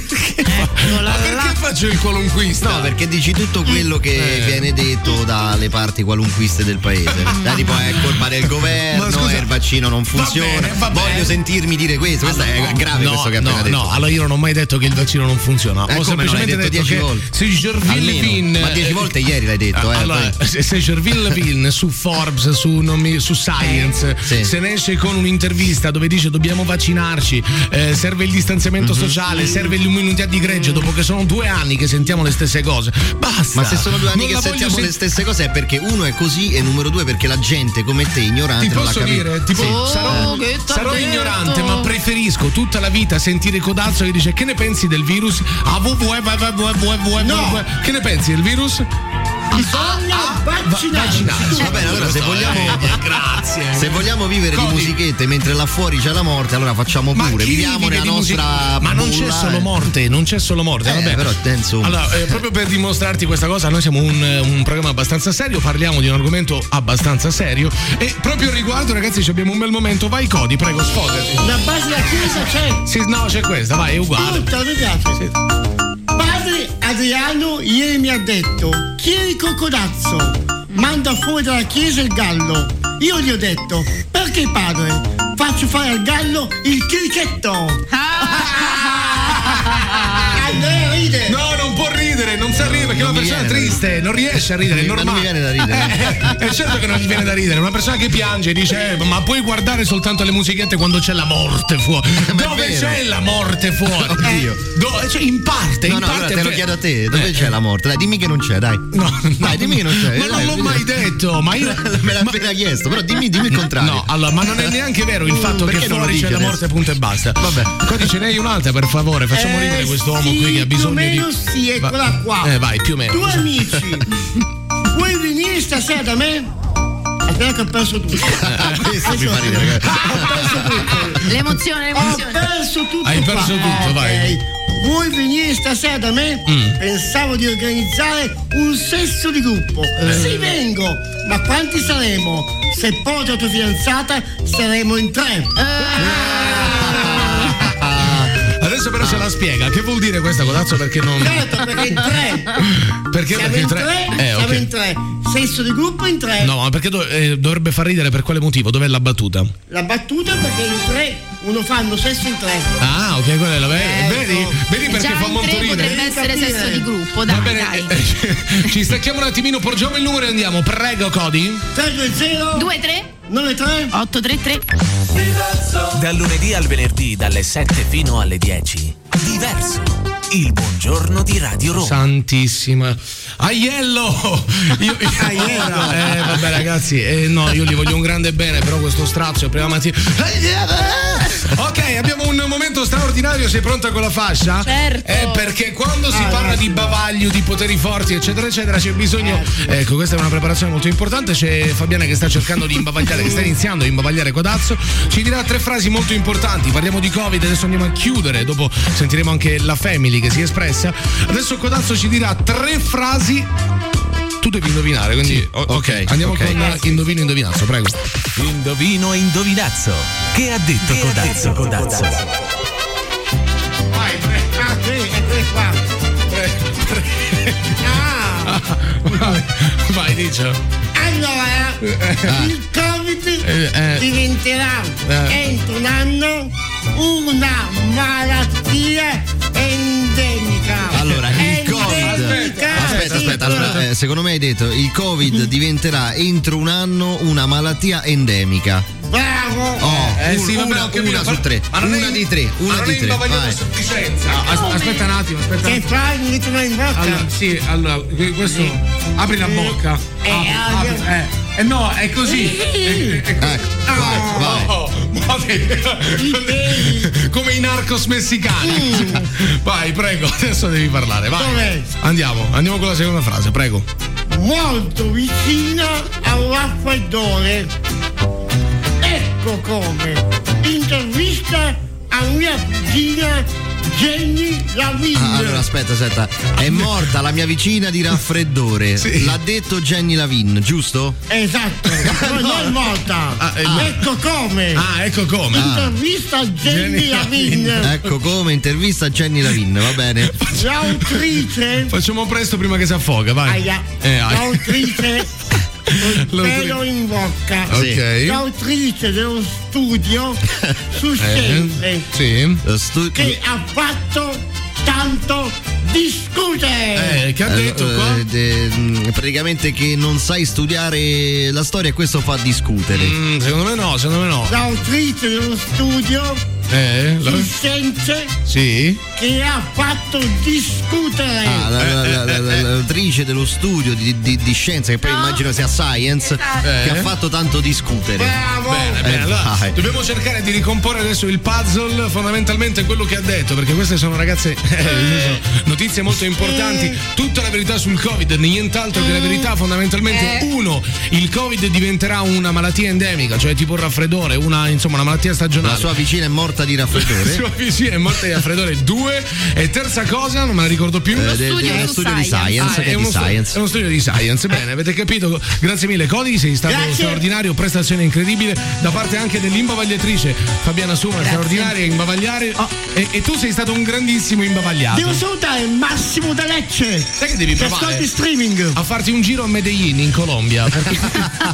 Speaker 4: perché faccio il qualunquista?
Speaker 6: No, perché dici tutto quello che
Speaker 4: Eh.
Speaker 6: viene detto dalle parti qualunquiste del
Speaker 4: (laughs)
Speaker 6: paese. Dai, tipo ecco, è colpa del governo,
Speaker 4: Ma scusa,
Speaker 6: eh, il vaccino non funziona.
Speaker 4: bene, va bene.
Speaker 6: Voglio sentirmi dire questo, questo è grave
Speaker 4: no,
Speaker 6: questo che ha
Speaker 4: no,
Speaker 6: appena detto.
Speaker 4: No, allora io non ho mai detto che il vaccino non funziona.
Speaker 6: Eh,
Speaker 4: ho
Speaker 6: come non l'hai
Speaker 4: semplicemente
Speaker 6: detto
Speaker 4: detto,
Speaker 6: dieci
Speaker 4: che
Speaker 6: volte?
Speaker 4: se Gerville
Speaker 6: Almeno.
Speaker 4: Pin
Speaker 6: Ma dieci volte ieri l'hai detto, eh,
Speaker 4: Allora, se se Gerville Pin su Forbes, su, non mi- su Science,
Speaker 6: Sì.
Speaker 4: se ne esce con un'intervista dove dice dobbiamo vaccinarci, eh, serve il distanziamento sociale, serve l'immunità di greggio, dopo che sono due anni che sentiamo le stesse cose. Basta.
Speaker 6: Ma se sono due anni
Speaker 4: Non
Speaker 6: che
Speaker 4: la voglio
Speaker 6: sentiamo
Speaker 4: sen-
Speaker 6: le stesse cose è perché uno è così e numero due perché la gente come te ignorante
Speaker 4: Ti
Speaker 6: non la
Speaker 4: posso
Speaker 6: capisce.
Speaker 4: dire, eh, tipo,
Speaker 5: Oh,
Speaker 4: sarò,
Speaker 5: che t'ha
Speaker 4: sarò
Speaker 5: detto?
Speaker 4: ignorante, ma preferisco tutta la vita sentire Codazzo che dice che ne pensi del virus? Ah, vu, vu, eh, vu, vu, vu, vu, vu,
Speaker 7: No.
Speaker 4: vu, Che ne pensi del virus?
Speaker 7: Bisogna
Speaker 4: Eh,
Speaker 7: vaccinarsi.
Speaker 6: Va bene, allora se vogliamo,
Speaker 4: Grazie.
Speaker 6: se vogliamo vivere
Speaker 4: Cody.
Speaker 6: di musichette mentre là fuori c'è la morte, allora facciamo
Speaker 4: Ma
Speaker 6: pure.
Speaker 4: chi
Speaker 6: Viviamo
Speaker 4: vive
Speaker 6: nella
Speaker 4: di musica-
Speaker 6: nostra.
Speaker 4: Ma non c'è
Speaker 6: bulla,
Speaker 4: solo
Speaker 6: eh.
Speaker 4: morte, non c'è solo morte.
Speaker 6: Eh,
Speaker 4: vabbè.
Speaker 6: però, eh, insomma.
Speaker 4: Allora, eh, proprio per dimostrarti questa cosa, noi siamo un, eh, un programma abbastanza serio, parliamo di un argomento abbastanza serio. E proprio al riguardo, ragazzi, ci abbiamo un bel momento. Vai, Cody, prego, sposati.
Speaker 7: La base della chiesa c'è.
Speaker 4: Sì, no, c'è questa, vai, è uguale.
Speaker 7: Tutta, mi piace.
Speaker 4: Sì.
Speaker 7: Padre Adriano ieri mi ha detto, chiedi cocodazzo, manda fuori dalla chiesa il gallo. Io gli ho detto, perché padre? Faccio fare al gallo il crichetto.
Speaker 10: Ah!
Speaker 4: (laughs)
Speaker 7: Andrea ride.
Speaker 4: No, non può ridere, non sa ridere perché è
Speaker 6: Non
Speaker 4: una
Speaker 6: mi
Speaker 4: persona
Speaker 6: viene da
Speaker 4: triste, non riesce a ridere, è
Speaker 6: Ma non
Speaker 4: normale.
Speaker 6: mi viene da ridere.
Speaker 4: Eh, (laughs) È certo che non gli viene da ridere, una persona che piange e dice "Eh, ma puoi guardare soltanto le musichette quando c'è la morte fuori.
Speaker 6: (laughs) Ma è
Speaker 4: Dove
Speaker 6: vero.
Speaker 4: c'è la morte fuori?
Speaker 6: (laughs) Oddio.
Speaker 4: Eh, do- cioè, in parte,
Speaker 6: No,
Speaker 4: in
Speaker 6: no,
Speaker 4: parte
Speaker 6: allora
Speaker 4: è
Speaker 6: te lo
Speaker 4: vero.
Speaker 6: chiedo a te, dove
Speaker 4: Eh,
Speaker 6: c'è la morte? Dai, dimmi che non c'è, dai.
Speaker 4: No, no.
Speaker 6: Dai, dimmi che non c'è.
Speaker 4: Ma non
Speaker 6: dai,
Speaker 4: l'ho
Speaker 6: dimmi-
Speaker 4: mai detto, ma (laughs) io
Speaker 6: Me l'ha
Speaker 4: ma-
Speaker 6: appena chiesto, però dimmi, dimmi il contrario. Mm,
Speaker 4: No, allora, ma non è neanche vero il fatto
Speaker 6: Perché
Speaker 4: che
Speaker 6: non lo
Speaker 4: fuori
Speaker 6: dici
Speaker 4: c'è la
Speaker 6: adesso?
Speaker 4: morte, punto e basta.
Speaker 6: Vabbè.
Speaker 4: Cody, ce n'hai un'altra, per favore, facciamo
Speaker 7: Eh,
Speaker 4: ridere questo uomo
Speaker 7: sì,
Speaker 4: qui che ha bisogno
Speaker 7: più o meno
Speaker 4: di.
Speaker 7: sì, eccola
Speaker 4: Va-
Speaker 7: qua.
Speaker 4: Eh, vai, più o meno.
Speaker 7: Due
Speaker 4: (laughs)
Speaker 7: amici, vuoi venire stasera da me? Aspetta che ho perso tutto.
Speaker 4: Eh,
Speaker 6: Ah, questo mi fa ridere. ragazzi.
Speaker 7: Ho perso tutto.
Speaker 5: L'emozione,
Speaker 7: Ho
Speaker 5: l'emozione.
Speaker 7: perso tutto.
Speaker 4: Hai
Speaker 7: qua. Eh,
Speaker 4: perso tutto,
Speaker 7: Ok.
Speaker 4: vai. Mm.
Speaker 7: Vuoi venire stasera da me? Pensavo di organizzare un sesso di gruppo.
Speaker 4: Eh.
Speaker 7: Sì, vengo, ma quanti saremo? Se porto la tua fidanzata, saremo in tre.
Speaker 5: Eh.
Speaker 4: ah. Adesso però ce la spiega. Che vuol dire questa codazzo? Perché non.
Speaker 6: Eh,
Speaker 7: Certo, perché in tre.
Speaker 4: (laughs) Perché
Speaker 7: Siamo
Speaker 4: perché
Speaker 7: in
Speaker 4: tre-
Speaker 7: tre,
Speaker 4: Eh,
Speaker 7: siamo
Speaker 4: ok.
Speaker 7: in tre. Sesso di gruppo in tre.
Speaker 4: No, ma perché dov- eh, dovrebbe far ridere per quale motivo? Dov'è la battuta?
Speaker 7: La battuta perché in tre uno fanno sesso in tre.
Speaker 4: Ah, ok, quella è la. eh,
Speaker 7: Ecco.
Speaker 4: Vedi? Vedi perché
Speaker 5: Già
Speaker 4: fa
Speaker 5: in
Speaker 4: molto
Speaker 5: tre
Speaker 4: ridere.
Speaker 5: potrebbe essere
Speaker 7: Capire.
Speaker 5: sesso di gruppo,
Speaker 4: Va
Speaker 5: dai,
Speaker 4: bene,
Speaker 5: dai.
Speaker 4: (laughs) eh, ci stacchiamo un attimino, porgiamo il numero e andiamo. Prego, Cody.
Speaker 7: 320
Speaker 5: 2, 3,
Speaker 7: 93
Speaker 5: 8, 3, 3.
Speaker 9: Dal lunedì al venerdì, dalle 7 fino alle 10. Diverso. Il buongiorno di Radio Roma.
Speaker 4: Santissima. (laughs) Aiello! Io, Aiello! Eh, vabbè, ragazzi, eh, no, io gli voglio un grande bene, però questo strazio prima mattina. Aiello! Ok, abbiamo un momento straordinario, sei pronta con la fascia?
Speaker 5: Certo.
Speaker 4: Eh, perché quando si parla di bavaglio, di poteri forti, eccetera, eccetera, c'è bisogno. Ecco, questa è una preparazione molto importante. C'è Fabiana che sta cercando di imbavagliare, che sta iniziando a imbavagliare Codazzo. Ci dirà tre frasi molto importanti. Parliamo di Covid, adesso andiamo a chiudere. Dopo sentiremo anche la family che si è espressa. Adesso Codazzo ci dirà tre frasi. Tu devi indovinare, quindi. o- ok, andiamo
Speaker 9: ok.
Speaker 4: con Indovino Indovinazzo, prego.
Speaker 9: Indovino e indovinazzo. Che ha detto Codazzo Codazzo?
Speaker 7: Vai, tre, ah, tre, e tre, quattro.
Speaker 4: Tre, tre. (laughs)
Speaker 7: Ah,
Speaker 4: Vai, (laughs) vai dice.
Speaker 7: allora, il Covid
Speaker 4: Ah. Eh, eh.
Speaker 7: diventerà
Speaker 4: Eh.
Speaker 7: entro un anno una malattia endemica.
Speaker 6: Allora, il Covid.
Speaker 7: Endemica,
Speaker 6: Eh, Aspetta,
Speaker 7: sì.
Speaker 6: aspetta, allora, eh, secondo me hai detto il
Speaker 4: Mm.
Speaker 6: Covid diventerà entro un anno una malattia endemica.
Speaker 7: Bravo.
Speaker 6: Oh,
Speaker 4: Eh,
Speaker 6: un-
Speaker 4: sì, vabbè,
Speaker 6: una,
Speaker 4: ho capito,
Speaker 6: una
Speaker 4: ma-
Speaker 6: su tre.
Speaker 4: ma non è
Speaker 6: Una
Speaker 4: in-
Speaker 6: di tre,
Speaker 4: ma
Speaker 6: una
Speaker 4: non
Speaker 6: di
Speaker 4: è
Speaker 6: tre.
Speaker 4: imbavagliato a
Speaker 6: Vai.
Speaker 4: sufficienza. As- aspetta un attimo, aspetta. un
Speaker 7: Che fai? Mi metto in bocca.
Speaker 11: Allora, sì, allora, que- questo. Apri la bocca.
Speaker 7: Eh,
Speaker 11: Apri,
Speaker 7: ah,
Speaker 11: apri,
Speaker 7: io-
Speaker 11: eh. Eh, no, è così. È- è-
Speaker 6: Ecco, vai, vai.
Speaker 4: Oh, ma te- (laughs) come i narcos messicani.
Speaker 6: Mm.
Speaker 4: Vai, prego, adesso devi parlare, vai.
Speaker 7: Dov'è?
Speaker 4: Andiamo, andiamo con la seconda frase, prego.
Speaker 7: molto vicina al raffreddore. Ecco come. Intervista a mia cugina Jenny Lavigno.
Speaker 6: Ah, allora, aspetta, aspetta. È morta la mia vicina
Speaker 4: (laughs)
Speaker 6: di raffreddore. L'ha detto Jenny Lavin, giusto? (laughs)
Speaker 7: Esatto, ma non è morta.
Speaker 4: Ah, eh, no.
Speaker 7: Ecco come.
Speaker 4: Ah, ecco come.
Speaker 7: Intervista a Jenny
Speaker 4: Jenny
Speaker 7: Lavigno.
Speaker 6: Ecco come intervista Jenny Lavin, va bene.
Speaker 7: L'autrice.
Speaker 4: Facciamo presto prima che si affoga, vai.
Speaker 7: Aia.
Speaker 4: Eh, aia.
Speaker 7: L'autrice.
Speaker 4: (laughs) L'autrice.
Speaker 7: Pelo in bocca.
Speaker 4: Ok.
Speaker 7: L'autrice
Speaker 4: (laughs)
Speaker 7: dello studio su scienze.
Speaker 4: Eh, sì.
Speaker 6: Lo stu-
Speaker 7: che ha fatto tanto discutere.
Speaker 4: Eh, che ha
Speaker 6: Eh,
Speaker 4: detto
Speaker 6: eh,
Speaker 4: qua?
Speaker 6: eh, mm, praticamente che non sai studiare la storia e questo fa discutere.
Speaker 4: Mm, secondo me no, secondo me no.
Speaker 7: L'autrice dello studio
Speaker 4: Eh, la-
Speaker 7: di scienze
Speaker 4: sì.
Speaker 7: che ha fatto discutere. Eh.
Speaker 6: Ah, la- la- la- la-
Speaker 4: Eh,
Speaker 6: la- l'autrice dello studio di, di- di scienze, che poi
Speaker 5: No.
Speaker 6: immagino sia Science, che
Speaker 4: Eh.
Speaker 6: ha fatto tanto discutere.
Speaker 7: Esatto. Bravo.
Speaker 4: Bene, bene,
Speaker 6: Eh,
Speaker 4: allora
Speaker 6: vai.
Speaker 4: dobbiamo cercare di ricomporre adesso il puzzle, fondamentalmente quello che ha detto, perché queste sono ragazze (laughs) eh, sono notizie molto importanti, tutta la verità sul Covid, nient'altro che
Speaker 6: Mm.
Speaker 4: la verità
Speaker 6: Eh.
Speaker 4: fondamentalmente uno, il Covid diventerà una malattia endemica, cioè tipo un raffreddore, una insomma una malattia
Speaker 6: La
Speaker 4: stagionale.
Speaker 6: sua vicina è morta
Speaker 4: (laughs)
Speaker 6: di
Speaker 4: La
Speaker 6: raffreddore.
Speaker 4: sua vicina è morta di raffreddore 2 e terza cosa, non me la ricordo più.
Speaker 6: eh,
Speaker 5: studio
Speaker 6: de- de-
Speaker 5: su
Speaker 6: uno studio di
Speaker 5: Science.
Speaker 6: Science,
Speaker 4: Ah,
Speaker 6: che
Speaker 4: è
Speaker 6: è di
Speaker 4: uno stu-
Speaker 6: Science.
Speaker 4: è uno studio di science. Bene, avete capito? Grazie mille, Cody. Sei stato
Speaker 7: Grazie.
Speaker 4: straordinario, prestazione incredibile da parte anche dell'imbavagliatrice Fabiana Suma, straordinaria imbavagliare. E, e tu sei stato un grandissimo imbavagliato.
Speaker 7: Devo salutare Massimo da Lecce.
Speaker 4: Sai che devi
Speaker 7: Che
Speaker 4: provare?
Speaker 7: ascolti streaming.
Speaker 4: A farti un giro a Medellin in Colombia. (laughs) Perché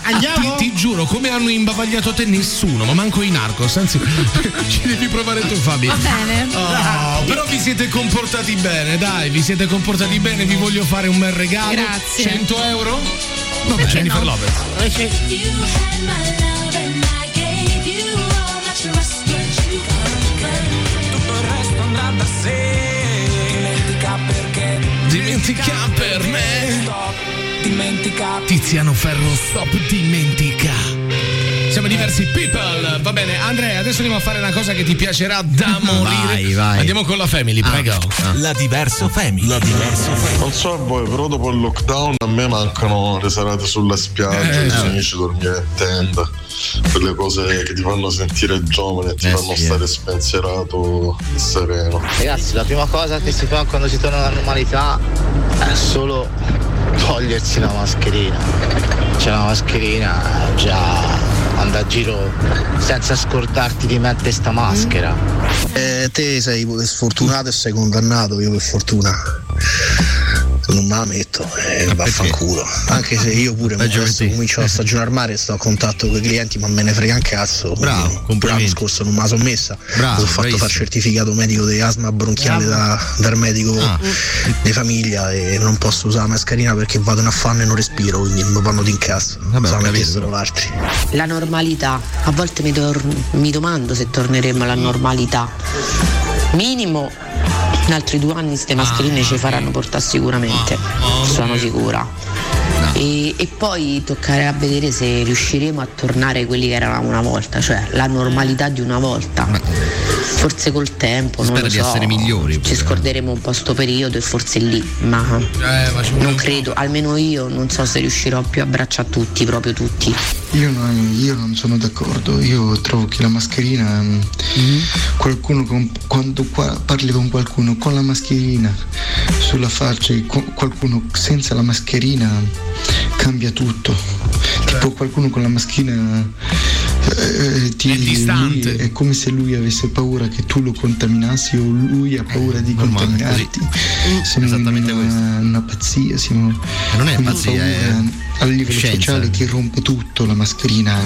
Speaker 7: Andiamo?
Speaker 4: ti, ti giuro, come hanno imbavagliato te nessuno, ma manco i narcos. Anzi, (laughs) ci devi provare tu, Fabi.
Speaker 5: Va bene.
Speaker 4: Oh, però vi siete comportati bene, dai, vi siete comportati bene, vi voglio fare un bel regalo.
Speaker 5: Grazie.
Speaker 4: 100 euro? Vabbè,
Speaker 5: Perché
Speaker 4: Jennifer
Speaker 5: no?
Speaker 4: Lopez.
Speaker 8: You had my love and I gave you all my trust, but you couldn't.
Speaker 3: Tutto il resto andrà da sé. Dimentica perché
Speaker 4: Dimentica per me.
Speaker 3: stop. Dimentica
Speaker 4: Tiziano Ferro, stop, dimentica. Siamo diversi people. Va bene, Andrea, adesso andiamo a fare una cosa che ti piacerà da morire.
Speaker 6: Vai, vai. Ah,
Speaker 4: Andiamo con la family, prego.
Speaker 9: La diverso family. La diverso family.
Speaker 12: Non so a voi, però dopo il lockdown a me mancano le serate sulla
Speaker 6: Eh,
Speaker 12: spiaggia, gli amici, dormire in tenda, quelle cose che ti fanno sentire giovane, ti
Speaker 6: Eh
Speaker 12: fanno
Speaker 6: sì, eh.
Speaker 12: stare spensierato e sereno.
Speaker 10: Ragazzi, la prima cosa che si fa quando si torna alla normalità è solo togliersi la mascherina. C'è la mascherina, già andare a giro senza scordarti di mettere sta maschera.
Speaker 11: Eh, te sei sfortunato e sei condannato, io per fortuna. Non me la metto e vaffanculo. Anche se io pure mo
Speaker 6: Ah, giovedì.
Speaker 11: adesso comincio la stagione al mare, sto a contatto con i clienti, ma me ne frega un cazzo. quindi
Speaker 6: Bravo,
Speaker 11: pure
Speaker 6: complimenti.
Speaker 11: L'anno scorso non me la sono messa.
Speaker 6: Bravo,
Speaker 11: Ho fatto
Speaker 6: bravissimo.
Speaker 11: fare certificato medico di asma bronchiale da- dal medico
Speaker 6: Ah.
Speaker 11: di famiglia e non posso usare la mascherina perché vado in affanno e non respiro, quindi mi vanno di incasso.
Speaker 6: Vabbè, ho
Speaker 11: Sono
Speaker 6: capito,
Speaker 11: messo
Speaker 6: però.
Speaker 11: l'altri.
Speaker 10: La normalità, a volte mi, dor- mi domando se torneremo alla normalità. Minimo in altri due anni queste mascherine ci faranno portare sicuramente, sono sicura.
Speaker 13: E, e poi toccherà vedere se riusciremo a tornare quelli che eravamo una volta, cioè la normalità di una volta. Forse col tempo, non
Speaker 6: Spero
Speaker 13: lo
Speaker 6: di
Speaker 13: so,
Speaker 6: essere migliori
Speaker 13: Ci scorderemo un po' sto periodo e forse lì, ma, non credo, almeno io non so se riuscirò più a abbracciare tutti, proprio tutti.
Speaker 14: Io non, io non sono d'accordo, io trovo che la mascherina, mm, qualcuno con- quando qua- parli con qualcuno con la mascherina sulla faccia, e co- qualcuno senza la mascherina cambia tutto. Tipo qualcuno con la mascherina eh, ti,
Speaker 4: distante.
Speaker 14: lui- è come se lui avesse paura che tu lo contaminassi o lui ha paura di contaminarti. Sembra una, una pazzia, sembra
Speaker 6: non è
Speaker 14: una
Speaker 6: Eh, pazzia,
Speaker 14: paura a livello
Speaker 6: scienza.
Speaker 14: sociale che rompe tutto la mascherina.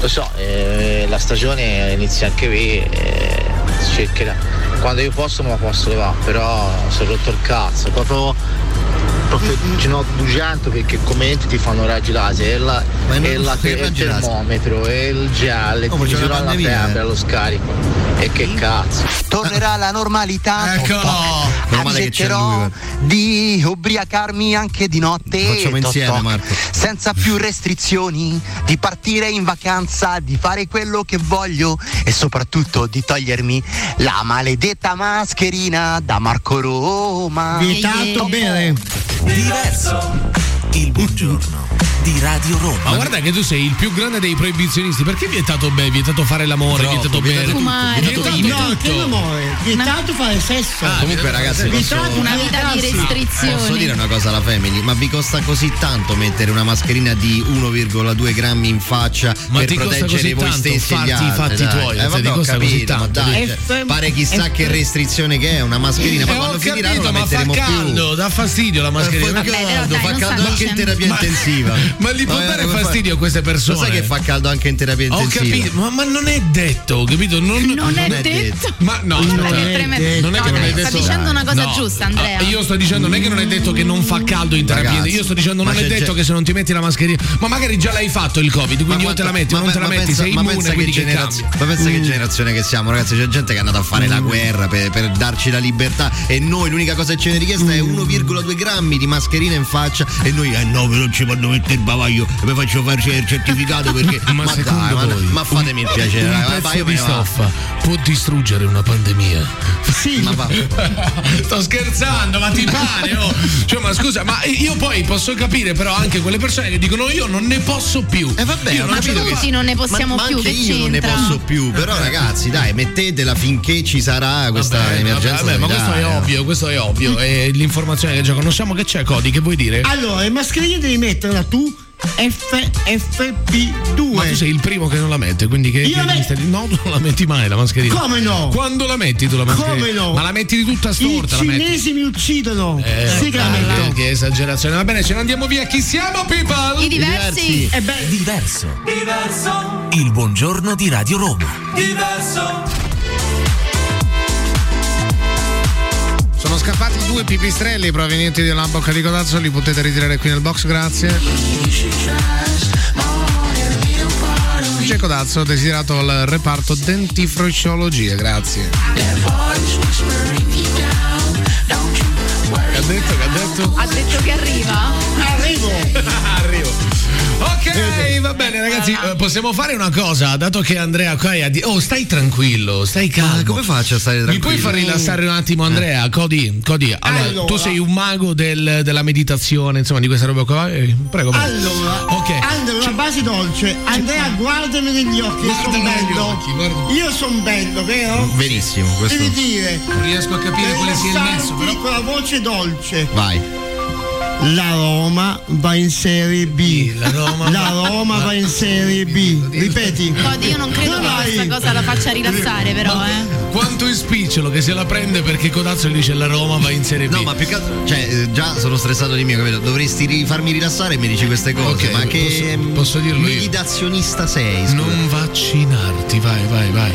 Speaker 10: Lo so, eh, la stagione inizia anche qui, eh, si cercherà. Quando io posso me la posso levare, però sono rotto il cazzo, proprio, proprio
Speaker 6: Mm-hmm.
Speaker 10: ce n'ho 200 perché commenti ti fanno raggi laser e, la-
Speaker 6: Ma non
Speaker 10: e la-
Speaker 6: sono i
Speaker 10: e il
Speaker 6: raggi laser.
Speaker 10: termometro e il gel, e
Speaker 6: Oh,
Speaker 10: ti
Speaker 6: perché c'è
Speaker 10: misurano
Speaker 6: la
Speaker 10: la
Speaker 6: pandemia,
Speaker 10: febbre, lo scarico. E che
Speaker 6: Mm-hmm.
Speaker 10: cazzo.
Speaker 15: Tornerà la normalità. Eccolo!
Speaker 10: Meno male che c'è
Speaker 15: Accetterò di ubriacarmi anche di notte.
Speaker 6: Facciamo
Speaker 15: toc,
Speaker 6: insieme,
Speaker 15: toc.
Speaker 6: Marco.
Speaker 15: Senza più restrizioni, di partire in vacanza, di fare quello che voglio e soprattutto di togliermi la maledetta mascherina da Marco Roma.
Speaker 7: Vietato bene.
Speaker 9: Diverso. Il buongiorno di Radio Roma.
Speaker 4: Ma guarda che tu sei il più grande dei proibizionisti. Perché vietato bene, vietato fare l'amore,
Speaker 6: Troppo,
Speaker 4: vietato bere,
Speaker 6: vietato tutto,
Speaker 4: tutto,
Speaker 6: vietato
Speaker 4: vietato
Speaker 6: tutto.
Speaker 4: tutto.
Speaker 6: No, che
Speaker 7: l'amore? Vietato fare sesso.
Speaker 6: Ah, comunque ragazzi posso... Eh,
Speaker 7: Vietato
Speaker 5: Una vita di restrizioni.
Speaker 6: Posso dire una cosa alla Family, ma vi costa così tanto mettere una mascherina di 1,2 grammi in faccia
Speaker 4: Ma
Speaker 6: per
Speaker 4: ti costa
Speaker 6: proteggere
Speaker 4: così
Speaker 6: voi
Speaker 4: tanto
Speaker 6: stessi e
Speaker 4: farti
Speaker 6: gli
Speaker 4: i
Speaker 6: altri?
Speaker 4: fatti
Speaker 6: dai.
Speaker 4: tuoi,
Speaker 6: Eh,
Speaker 4: cioè,
Speaker 6: vabbè,
Speaker 4: ti
Speaker 6: ho
Speaker 4: costa così
Speaker 6: capito, ma
Speaker 4: tanto,
Speaker 6: dai,
Speaker 4: eh.
Speaker 6: cioè, pare chissà che restrizione che è una mascherina, ma
Speaker 4: Eh,
Speaker 6: quando
Speaker 4: ho
Speaker 6: finirà non la
Speaker 4: capito, ma fa
Speaker 6: metteremo
Speaker 4: caldo,
Speaker 6: più.
Speaker 4: dà fastidio la mascherina.
Speaker 6: Eh, fa
Speaker 4: Vabbè, però
Speaker 6: caldo,
Speaker 4: dai,
Speaker 6: fa
Speaker 4: non
Speaker 6: caldo
Speaker 4: sta
Speaker 6: anche in
Speaker 4: dicendo-
Speaker 6: terapia
Speaker 4: Ma-
Speaker 6: intensiva.
Speaker 4: (laughs)
Speaker 6: eh,
Speaker 4: ma gli può dare
Speaker 6: come fa-
Speaker 4: fastidio a queste persone?
Speaker 6: Lo sai che fa caldo anche in terapia
Speaker 4: Ho
Speaker 6: intensiva?
Speaker 4: capito, ma, ma non è detto, capito? Non,
Speaker 5: Non è detto.
Speaker 4: Ma no,
Speaker 5: Non
Speaker 4: aspetta.
Speaker 5: è tremendo.
Speaker 4: non è
Speaker 5: No,
Speaker 4: che non
Speaker 5: dai,
Speaker 4: è
Speaker 5: sta
Speaker 4: detto.
Speaker 5: dicendo una cosa giusta, Andrea.
Speaker 4: Ah, Io sto dicendo, non è che non è detto che non fa caldo in terapia.
Speaker 6: Ragazzi,
Speaker 4: io sto dicendo,
Speaker 6: ma
Speaker 4: non è
Speaker 6: c'è
Speaker 4: detto
Speaker 6: gente-
Speaker 4: che se non ti metti la mascherina, ma magari già l'hai fatto il Covid, quindi o te la metti, o non te la
Speaker 6: pe-
Speaker 4: metti, sei
Speaker 6: ma
Speaker 4: immune,
Speaker 6: pensa
Speaker 4: quindi che
Speaker 6: generazio-
Speaker 4: cambia. Mm.
Speaker 6: ma pensa che generazione che siamo, ragazzi, c'è gente che è andata a fare la guerra per, per darci la libertà e noi l'unica cosa che ci viene richiesta
Speaker 4: Mm.
Speaker 6: è 1,2 grammi di mascherina in faccia e noi eh no, però non ci fanno mettere il bavaglio e poi faccio farci il certificato perché
Speaker 4: (laughs) Ma secondo
Speaker 6: dai, ma,
Speaker 4: voi,
Speaker 6: ma fatemi il piacere,
Speaker 4: un
Speaker 6: raga,
Speaker 4: pezzo
Speaker 6: vai, io me
Speaker 4: di
Speaker 6: ne vado.
Speaker 4: stoffa può distruggere una pandemia.
Speaker 7: Sì.
Speaker 6: Ma (laughs) va.
Speaker 4: Sto scherzando, ma ti pare? oh? Cioè, ma scusa, ma io poi posso capire però anche quelle persone che dicono io non ne posso più. E
Speaker 6: Eh, vabbè,
Speaker 4: io
Speaker 6: ho capito
Speaker 4: ce la
Speaker 6: che-
Speaker 4: faccio.
Speaker 5: non ne possiamo
Speaker 6: ma, ma
Speaker 5: più,
Speaker 6: anche
Speaker 5: che
Speaker 6: io non ne
Speaker 5: c'entra?
Speaker 6: posso più, però ragazzi, dai, mettetela finché ci sarà questa
Speaker 4: Vabbè,
Speaker 6: emergenza.
Speaker 4: vabbè, ma questo è
Speaker 6: sanitaria.
Speaker 4: ovvio, questo è ovvio. È l'informazione che già conosciamo. Che c'è, Cody? Che vuoi dire?
Speaker 7: Allora, le mascherine devi metterla tu FFP2.
Speaker 4: Ma tu sei il primo che non la mette, quindi che.
Speaker 7: Io
Speaker 4: che
Speaker 7: la
Speaker 4: mi stai- No, tu non la metti mai la mascherina.
Speaker 7: Come no?
Speaker 4: Quando la metti tu la mascherina?
Speaker 7: Come no?
Speaker 4: Ma la metti di tutta
Speaker 7: I
Speaker 4: storta, la metti.
Speaker 7: cinesi mi uccidono.
Speaker 4: Eh,
Speaker 7: sì, che la
Speaker 4: dai,
Speaker 7: metto.
Speaker 4: che- che esagerazione. Va bene, ce ne andiamo via. Chi siamo, people?
Speaker 5: I diversi.
Speaker 4: E beh,
Speaker 9: Diverso. Il buongiorno di Radio Roma.
Speaker 16: Sono scappati due pipistrelli provenienti dalla bocca di Codazzo, li potete ritirare qui nel box, grazie. C'è Codazzo desiderato al reparto dentifrosciologia, grazie.
Speaker 4: Che ha detto, che ha detto?
Speaker 5: Ha detto che arriva.
Speaker 6: (laughs)
Speaker 7: Arrivo.
Speaker 4: Arrivo. Ok, (laughs) va bene ragazzi, eh, possiamo fare una cosa, dato che Andrea qua è a di- Oh, stai tranquillo, stai calmo.
Speaker 6: come faccio a stare
Speaker 4: Mi puoi
Speaker 6: tranquillo?
Speaker 4: far rilassare un attimo Andrea? Cody, Cody, allora,
Speaker 7: Allora.
Speaker 4: tu sei un mago del- della meditazione, insomma, di questa roba qua. Eh, Prego. prego.
Speaker 7: Allora, Andrea, una base dolce. Andrea, Cioè, guardami negli occhi, io sono bello. Io sono bello, vero?
Speaker 6: Benissimo, questo.
Speaker 7: Devi dire. Non
Speaker 4: riesco a capire
Speaker 7: quale sia il mezzo, però. Con la voce dolce.
Speaker 6: Vai.
Speaker 7: La Roma va in Serie B. La
Speaker 4: Roma,
Speaker 7: va in Serie B. Ripeti.
Speaker 5: Cody, io non credo che questa cosa la faccia rilassare, però, eh.
Speaker 4: Quanto è spicciolo che se la prende perché Codazzo gli dice la Roma va in Serie B.
Speaker 6: No, ma più che altro, cioè, eh, già sono stressato di mio, capito? Dovresti ri- farmi rilassare e mi dici queste cose.
Speaker 4: Ok,
Speaker 6: ma che
Speaker 4: posso-
Speaker 6: ehm,
Speaker 4: posso dirlo io?
Speaker 6: meditazionista sei? scusa?
Speaker 4: Non vaccinarti, vai, vai, vai.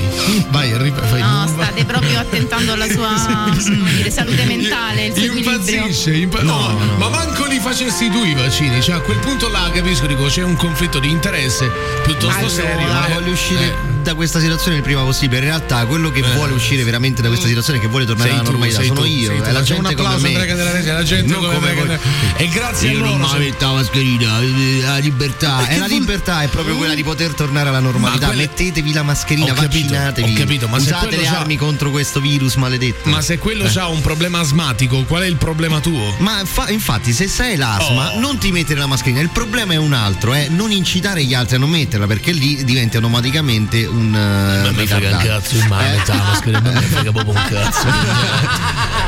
Speaker 4: Vai, arriva, fai
Speaker 5: No,
Speaker 4: non va-
Speaker 5: state proprio attentando alla sua come dire, salute mentale, il suo equilibrio.
Speaker 4: Impazzisce, impa- no, ma manco li facessi tu i vaccini. Cioè, a quel punto là capisco, dico, c'è un conflitto di interesse piuttosto
Speaker 6: Allora,
Speaker 4: serio. eh.
Speaker 6: voglio uscire.
Speaker 4: Eh.
Speaker 6: da questa situazione il prima possibile. In realtà, quello che vuole uscire veramente da questa situazione, che vuole tornare
Speaker 4: Mm. Sei
Speaker 6: alla
Speaker 4: tu,
Speaker 6: normalità,
Speaker 4: sei
Speaker 6: sono
Speaker 4: tu,
Speaker 6: io.
Speaker 4: sei tu.
Speaker 6: È la
Speaker 4: Facciamo un
Speaker 6: gente come
Speaker 4: applauso
Speaker 6: me.
Speaker 4: per Andrea Candelaresi, è la gente
Speaker 6: Non
Speaker 4: come me
Speaker 6: voi.
Speaker 4: che- e grazie a
Speaker 6: io
Speaker 4: loro
Speaker 6: non
Speaker 4: sono-
Speaker 6: mi metto la mascherina, eh, la libertà.
Speaker 4: Perché
Speaker 6: E la
Speaker 4: tu-
Speaker 6: libertà è proprio quella di poter tornare alla normalità.
Speaker 4: quella-
Speaker 6: Mettetevi la mascherina,
Speaker 4: Ho capito, ho
Speaker 6: vaccinatevi.
Speaker 4: capito, ma se
Speaker 6: Usate
Speaker 4: quello
Speaker 6: le
Speaker 4: sa-
Speaker 6: armi contro questo virus maledetto.
Speaker 4: Ma se quello
Speaker 6: Eh.
Speaker 4: ha un problema asmatico, qual è il problema tuo?
Speaker 6: Ma fa- infatti, se sai
Speaker 4: Oh.
Speaker 6: l'asma, non ti mettere la mascherina. Il problema è un altro, è non incitare gli altri a non metterla, perché lì diventi automaticamente un. eh,
Speaker 4: me frega
Speaker 6: ritardato.
Speaker 4: un cazzo, ma
Speaker 6: Eh.
Speaker 4: metà la mascherina, a me
Speaker 6: (laughs)
Speaker 4: me frega proprio un cazzo.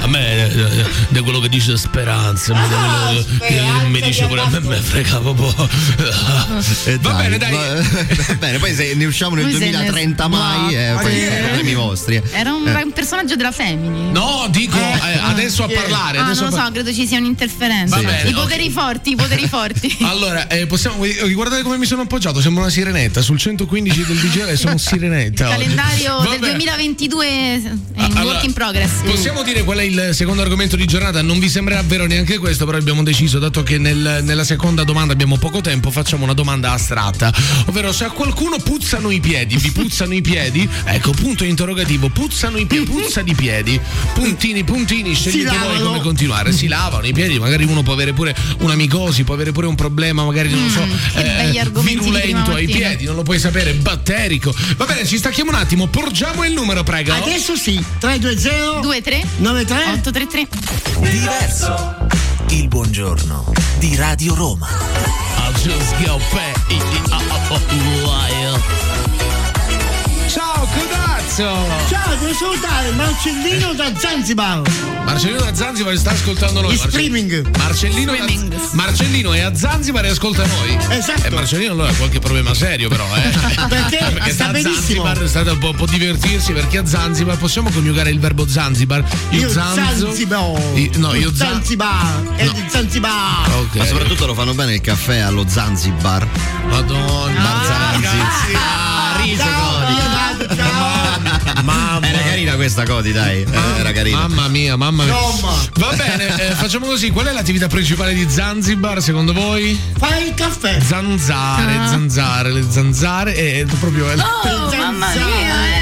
Speaker 4: A me eh, eh, di quello che dice speranza,
Speaker 5: Ah,
Speaker 4: ma di quello che, che eh, mi dice pure a me me frega proprio. Va bene, dai.
Speaker 6: Eh, Va (laughs) bene, poi se ne usciamo nel
Speaker 5: Lui se ne
Speaker 6: 2030 mai, eh,
Speaker 5: sbacca.
Speaker 6: poi
Speaker 5: Eh.
Speaker 6: sono problemi vostri. eh.
Speaker 5: Era un,
Speaker 6: Eh.
Speaker 5: un personaggio della Femini.
Speaker 4: No, dico, eh, adesso a parlare,
Speaker 5: Ah,
Speaker 4: adesso
Speaker 5: non
Speaker 4: a
Speaker 5: lo
Speaker 4: par-
Speaker 5: so, credo ci sia un'interferenza.
Speaker 4: Va bene,
Speaker 5: I
Speaker 4: ok.
Speaker 5: poteri forti, i poteri forti.
Speaker 4: (laughs) Allora, eh, possiamo eh, guardate come mi sono appoggiato, sembra una sirenetta. Sul 115 del DJL
Speaker 5: (laughs)
Speaker 4: sono un sirenetta.
Speaker 5: Il
Speaker 4: oggi.
Speaker 5: calendario
Speaker 4: Va
Speaker 5: del
Speaker 4: bene.
Speaker 5: 2022 è in
Speaker 4: Allora,
Speaker 5: work in progress.
Speaker 4: Possiamo dire qual è il secondo argomento di giornata? Non vi sembrerà vero neanche questo, però abbiamo deciso, dato che nel- nella seconda domanda abbiamo poco tempo, facciamo una domanda astratta. Ovvero, se a qualcuno puzzano i piedi, vi puzzano i piedi, ecco, punto interrogativo, puzzano i piedi, puzza di piedi, puntini, puntini, scegliete voi
Speaker 16: lavano.
Speaker 4: come continuare. Si lavano i piedi, magari uno può avere pure una micosi, può avere pure un problema, magari non lo so, eh,
Speaker 5: belli Mm, argomenti di prima
Speaker 4: virulento ai
Speaker 5: mattina.
Speaker 4: piedi, non lo puoi sapere, batterico. Va bene, ci stacchiamo un attimo, porgiamo il numero, prego.
Speaker 7: Adesso sì, 320
Speaker 5: 23
Speaker 7: 93
Speaker 5: 833
Speaker 9: Diverso. Il buongiorno di Radio Roma.
Speaker 4: Ciao, codazzo!
Speaker 7: Ciao, devo salutare Marcellino da Zanzibar.
Speaker 4: Marcellino da Zanzibar sta ascoltando noi.
Speaker 7: In
Speaker 4: Marce-
Speaker 7: streaming.
Speaker 4: Marcellino, è a- Marcellino è a Zanzibar e ascolta noi.
Speaker 7: Esatto.
Speaker 4: E Marcellino allora ha qualche problema serio però,
Speaker 7: (laughs)
Speaker 4: eh.
Speaker 7: Perché Ah, sta
Speaker 4: a
Speaker 7: benissimo.
Speaker 4: Zanzibar sta da- può, può divertirsi perché a Zanzibar possiamo congiungare il verbo Zanzibar.
Speaker 7: Io Zanzibar.
Speaker 4: I- no, io za-
Speaker 7: Zanzibar. È di Zanzibar.
Speaker 6: Ma soprattutto lo fanno bene il caffè allo Zanzibar.
Speaker 4: Madonna,
Speaker 6: Bar Zanzi.
Speaker 7: Ah.
Speaker 4: Ah, Mamma.
Speaker 6: Eh, Era carina questa Codi, dai. Eh, Era carina.
Speaker 4: Mamma mia, mamma mia. Va bene, eh, facciamo così. Qual è l'attività principale di Zanzibar secondo voi?
Speaker 7: Fai il caffè.
Speaker 4: Zanzare,
Speaker 7: Ah.
Speaker 4: zanzare, le zanzare e e proprio
Speaker 5: Oh, mamma mia,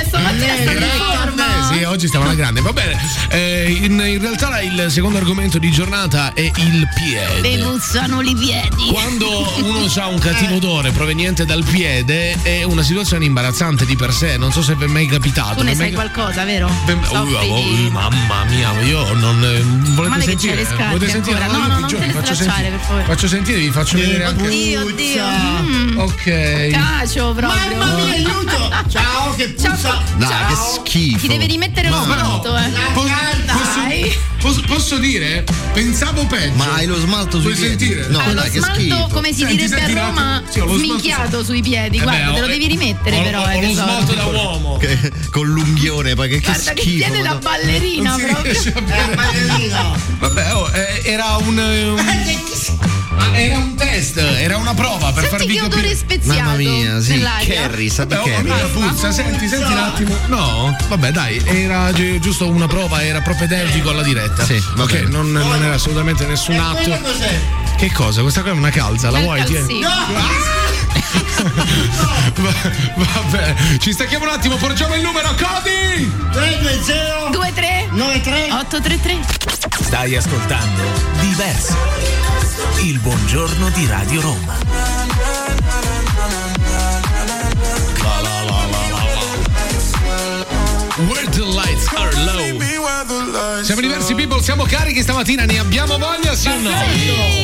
Speaker 5: eh, stamattina
Speaker 4: Eh,
Speaker 5: sta in forma.
Speaker 4: eh, sì, oggi stiamo alla grande. Va bene. Eh, in, in realtà il secondo argomento di giornata è il
Speaker 5: Ve
Speaker 4: piede.
Speaker 5: puzzano i piedi. (laughs)
Speaker 4: Quando uno ha un cattivo odore proveniente dal piede è una situazione imbarazzante di per sé. Non so se vi è mai capitato.
Speaker 5: Tu
Speaker 4: Vi
Speaker 5: ne
Speaker 4: è mai
Speaker 5: sai qualcosa, vero?
Speaker 4: Ben-
Speaker 5: Soffri
Speaker 4: Uh,
Speaker 5: di-
Speaker 4: uh, mamma mia, io non eh, volete
Speaker 5: Male che c'è
Speaker 4: sentire?
Speaker 5: le scarpe
Speaker 4: volete sentire?
Speaker 5: ancora. No,
Speaker 4: io
Speaker 5: no,
Speaker 4: vi
Speaker 5: non
Speaker 4: giuro,
Speaker 5: te le
Speaker 4: faccio
Speaker 5: stracciare,
Speaker 4: sentire-
Speaker 5: per favore.
Speaker 4: Faccio sentire, vi faccio vedere anche.
Speaker 5: Oddio, oddio. Mm.
Speaker 4: Ok.
Speaker 5: Cacio proprio.
Speaker 7: Mamma mia, aiuto. Ciao, che puzza.
Speaker 6: Dai, che schifo.
Speaker 5: Ti devi rimettere
Speaker 4: Ma però,
Speaker 5: l'ombrello, eh.
Speaker 4: po-
Speaker 5: Dai.
Speaker 4: posso, posso dire? Pensavo peggio.
Speaker 6: Ma hai lo smalto sui
Speaker 4: Puoi
Speaker 6: piedi?
Speaker 4: sentire?
Speaker 6: No,
Speaker 5: Ah, lo
Speaker 6: dai, che schifo.
Speaker 5: smalto, come si
Speaker 4: Senti,
Speaker 5: direbbe
Speaker 4: senti un
Speaker 5: a
Speaker 4: attimo.
Speaker 5: Roma,
Speaker 4: Sì, ho lo smalto-
Speaker 5: sminchiato sui piedi.
Speaker 4: Eh
Speaker 5: Guarda,
Speaker 4: beh,
Speaker 5: te lo
Speaker 4: ho-
Speaker 5: devi rimettere,
Speaker 4: ho-
Speaker 5: però.
Speaker 4: ho-
Speaker 5: eh,
Speaker 4: ho lo
Speaker 5: tesoro.
Speaker 4: smalto da uomo.
Speaker 6: Che- con l'unghione, poi che, che
Speaker 5: Guarda, che
Speaker 6: schifo.
Speaker 5: piede da
Speaker 6: madonna.
Speaker 5: ballerina,
Speaker 4: Non si
Speaker 5: proprio.
Speaker 4: riesce a vedere.
Speaker 5: Eh, ballerina.
Speaker 4: Vabbè, oh, eh, era
Speaker 5: (laughs)
Speaker 4: un, eh, un- ah, era un test, era una prova per
Speaker 5: Senti
Speaker 4: farvi
Speaker 5: che
Speaker 4: capire.
Speaker 5: odore speziato
Speaker 6: Mamma mia, sì,
Speaker 5: nell'aria.
Speaker 6: Kerry, sa di
Speaker 4: Beh, oh,
Speaker 6: Kerry.
Speaker 4: mia puzza, senti, senti un attimo. No, vabbè, dai, era gi- giusto una prova, era propedeutico alla diretta.
Speaker 6: Sì, va
Speaker 4: ok,
Speaker 6: bene.
Speaker 4: non, non era assolutamente nessun atto. Che cosa? Questa qua è una calza, la
Speaker 5: Nel
Speaker 4: vuoi? Tieni.
Speaker 5: calzino.
Speaker 4: (laughs) Va- vabbè, ci stacchiamo un attimo, porgiamo il numero, Cody!
Speaker 7: 320
Speaker 5: 2, 3,
Speaker 7: 93
Speaker 5: 833.
Speaker 9: Stai ascoltando Diverso. Il buongiorno di Radio Roma.
Speaker 4: Where the lights are low. Siamo diversi people, siamo carichi stamattina, ne abbiamo voglia sì o no?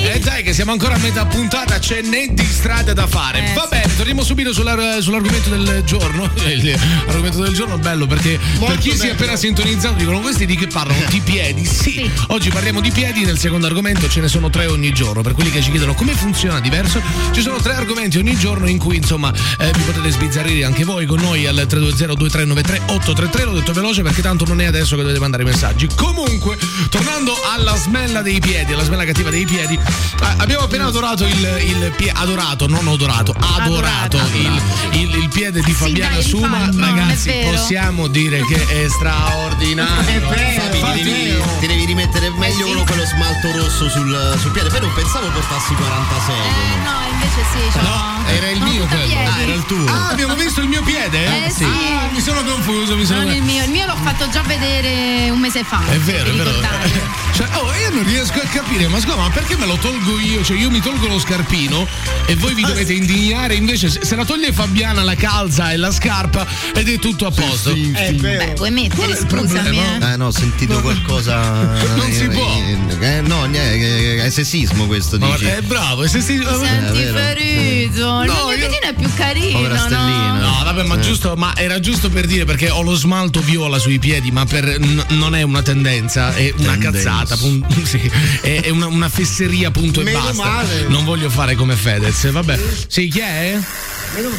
Speaker 4: E dai che siamo ancora a metà puntata, c'è né di strada da fare. Va bene, torniamo subito sull'ar- sull'argomento del giorno. (laughs) Il- L'argomento del giorno è bello perché per chi si è appena sintonizzato dicono questi di che parlano? Di piedi, sì. Oggi parliamo di piedi, nel secondo argomento ce ne sono tre ogni giorno. Per quelli che ci chiedono come funziona diverso, ci sono tre argomenti ogni giorno in cui insomma eh, vi potete sbizzarrire anche voi con noi al 320-2393-833. L'ho detto veloce perché tanto non è adesso che dovete mandare i messaggi. Comunque, tornando alla smella dei piedi, alla smella cattiva dei piedi, eh, abbiamo appena adorato il, il pie- adorato, non odorato, adorato, Il, il- il piede di Fabiana
Speaker 5: dai,
Speaker 4: Suma.
Speaker 5: rifallo, non è
Speaker 4: Ragazzi,
Speaker 5: vero.
Speaker 4: possiamo dire che è straordinario. oh. Eh,
Speaker 6: Fabi, ti devi, ti devi rimettere meglio uno quello smalto rosso sul, sul piede, poi non pensavo portassi 46.
Speaker 5: Eh no, invece sì, c'ho-
Speaker 4: Era il
Speaker 5: sono
Speaker 4: mio quello.
Speaker 5: puntapiedi.
Speaker 4: Ah, era il tuo. Ah, abbiamo visto il mio piede?
Speaker 5: Eh sì.
Speaker 4: Ah, mi sono confuso, mi sono
Speaker 5: Non il mio, il mio l'ho fatto già vedere un mese fa.
Speaker 4: È vero, è
Speaker 5: per
Speaker 4: vero.
Speaker 5: ricordare.
Speaker 4: (laughs) Cioè, oh, io non riesco a capire, ma scusa, ma perché me lo tolgo io? Cioè, io mi tolgo lo scarpino e voi vi dovete indignare, invece se se la toglie Fabiana la calza e la scarpa ed è tutto a posto.
Speaker 5: Eh, Beh, puoi mettere, scusami. eh.
Speaker 6: Ah no, ho sentito qualcosa.
Speaker 4: (laughs) Non si può.
Speaker 6: Eh, no, niente, è sessismo questo,
Speaker 4: Ma
Speaker 6: dici. Eh,
Speaker 4: è bravo, è sessismo.
Speaker 5: Senti ferito. Il
Speaker 4: No,
Speaker 5: mio piedino è più carino, no?
Speaker 4: No, vabbè, ma, giusto, ma era giusto per dire perché ho lo smalto viola sui piedi, ma per- n- non è una tendenza, è una
Speaker 6: Tendenza.
Speaker 4: cazzata. pun- sì, è, è una, una fesseria, punto
Speaker 16: Meno
Speaker 4: e basta.
Speaker 16: male.
Speaker 4: Non voglio fare come Fedez. Vabbè, sì, chi è?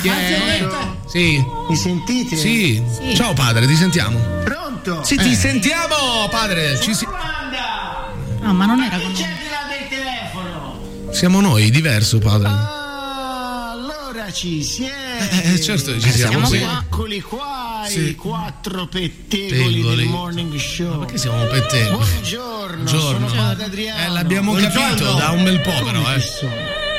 Speaker 4: Chi è? Sì. Mi sentite? Sì.
Speaker 16: Sì.
Speaker 4: Ciao padre, ti sentiamo.
Speaker 16: Pronto?
Speaker 4: Sì,
Speaker 17: Eh.
Speaker 4: ti sentiamo, padre. Ci si-
Speaker 5: No, ma non era con me.
Speaker 4: siamo noi, diverso padre.
Speaker 17: Allora ci siete.
Speaker 4: Eh, certo, che ci siamo, sì.
Speaker 17: Eccoli qua
Speaker 4: Sì.
Speaker 17: i quattro pettegoli
Speaker 4: Pettegoli.
Speaker 17: del morning show.
Speaker 4: perché siamo pettegoli?
Speaker 17: Buongiorno,
Speaker 4: Buongiorno.
Speaker 17: sono padre Adriano.
Speaker 4: Eh, l'abbiamo capito da un bel po', però, eh.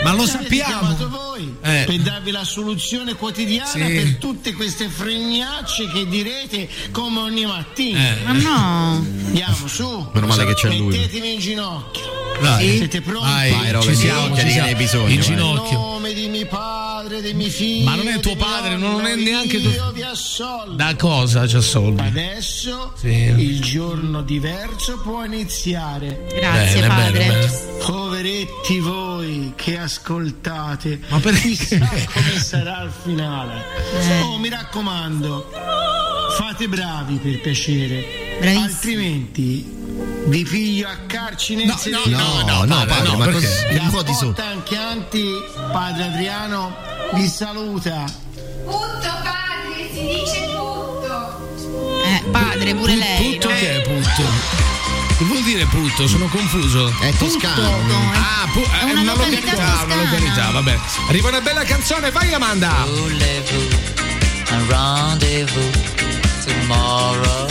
Speaker 4: Ma lo sappiamo.
Speaker 17: chiamato voi
Speaker 4: Eh.
Speaker 17: per darvi la soluzione quotidiana
Speaker 4: Sì.
Speaker 17: per tutte queste fregnacce che direte come ogni mattina.
Speaker 4: Eh. Ma no.
Speaker 17: Andiamo su.
Speaker 6: Meno male che c'è lui.
Speaker 17: Mettetemi in ginocchio.
Speaker 6: Dai.
Speaker 17: Siete pronti?
Speaker 6: Vai, Vai, Rolo,
Speaker 4: ci
Speaker 6: in
Speaker 4: siamo,
Speaker 6: ginocchio,
Speaker 4: ci
Speaker 6: di che
Speaker 4: siamo.
Speaker 6: ne hai bisogno,
Speaker 4: In
Speaker 6: vai.
Speaker 4: ginocchio.
Speaker 17: nome di mio padre, dei miei figli.
Speaker 4: Ma non è tuo
Speaker 17: di mio
Speaker 4: padre, non è
Speaker 17: nonno,
Speaker 4: neanche tuo-
Speaker 17: Io vi assolvo.
Speaker 4: Da cosa c'ha soldi?
Speaker 17: Adesso
Speaker 4: Sì.
Speaker 17: il giorno diverso può iniziare.
Speaker 4: Grazie, Bene, padre. bene, bene.
Speaker 17: Poveretti voi che ascoltate.
Speaker 4: Ma perché?
Speaker 17: Chissà come sarà il finale.
Speaker 4: Eh.
Speaker 17: Oh, mi raccomando, fate bravi per piacere. Altrimenti vi piglio a carcine
Speaker 4: No, no, no, no, no, padre, ma cos-
Speaker 17: da
Speaker 4: un po' di so-
Speaker 17: Botta Anchianti, padre Adriano, vi saluta.
Speaker 8: Tutto padre, si dice tutto.
Speaker 5: Eh, padre, pure lei.
Speaker 4: Putto
Speaker 5: no?
Speaker 4: che è putto? Che vuol dire putto? Sono confuso. È toscano. Ah, pu-
Speaker 5: È
Speaker 4: è
Speaker 5: una
Speaker 4: una,
Speaker 5: località
Speaker 4: località,
Speaker 5: toscana.
Speaker 4: una località, vabbè. Arriva una bella canzone, vai Amanda!
Speaker 18: A rendezvous tomorrow.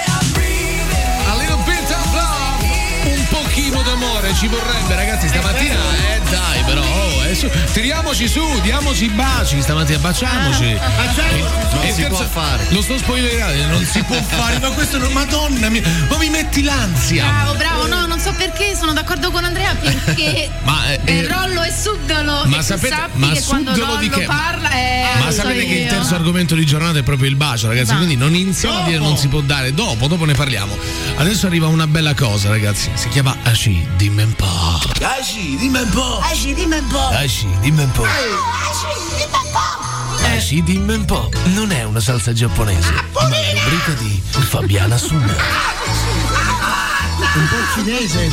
Speaker 4: A little bit of love, un pochino d'amore ci vorrebbe, ragazzi, stamattina, eh dai, però, oh, eh, su, tiriamoci su, diamoci baci stamattina, baciamoci.
Speaker 16: baciamoci. Ah, Non si
Speaker 4: scherzo-
Speaker 16: può fare.
Speaker 4: Lo sto spoilerando, non si
Speaker 16: (laughs)
Speaker 4: può fare, ma questo non, madonna mia, ma mi metti l'ansia.
Speaker 5: Bravo, bravo, no, non so perché, sono d'accordo con Andrea perché
Speaker 4: Ma, (laughs) eh,
Speaker 5: eh,
Speaker 4: eh,
Speaker 5: Rollo e Subdolo
Speaker 4: ma
Speaker 5: e
Speaker 4: sapete-
Speaker 5: tu sappi
Speaker 4: ma
Speaker 5: che quando
Speaker 4: Subdolo
Speaker 5: Rollo
Speaker 4: di che?
Speaker 5: parla eh,
Speaker 4: Ma
Speaker 5: lo so
Speaker 4: sapete che il
Speaker 5: io.
Speaker 4: terzo argomento di giornata è proprio il bacio, ragazzi.
Speaker 5: Va.
Speaker 4: Quindi non iniziamo a dire non si può dare. Dopo, dopo ne parliamo. Adesso arriva una bella cosa, ragazzi. Si chiama Ashi, dimmi un po'.
Speaker 3: Asci, dimmi un po'. Asci, dimmi un po'.
Speaker 4: Ashi, dimmi un po'. Ashi, dimmi un po'. Non è una salsa giapponese, ma è la rubrica di Fabiana Summer.
Speaker 17: Un po' cinese.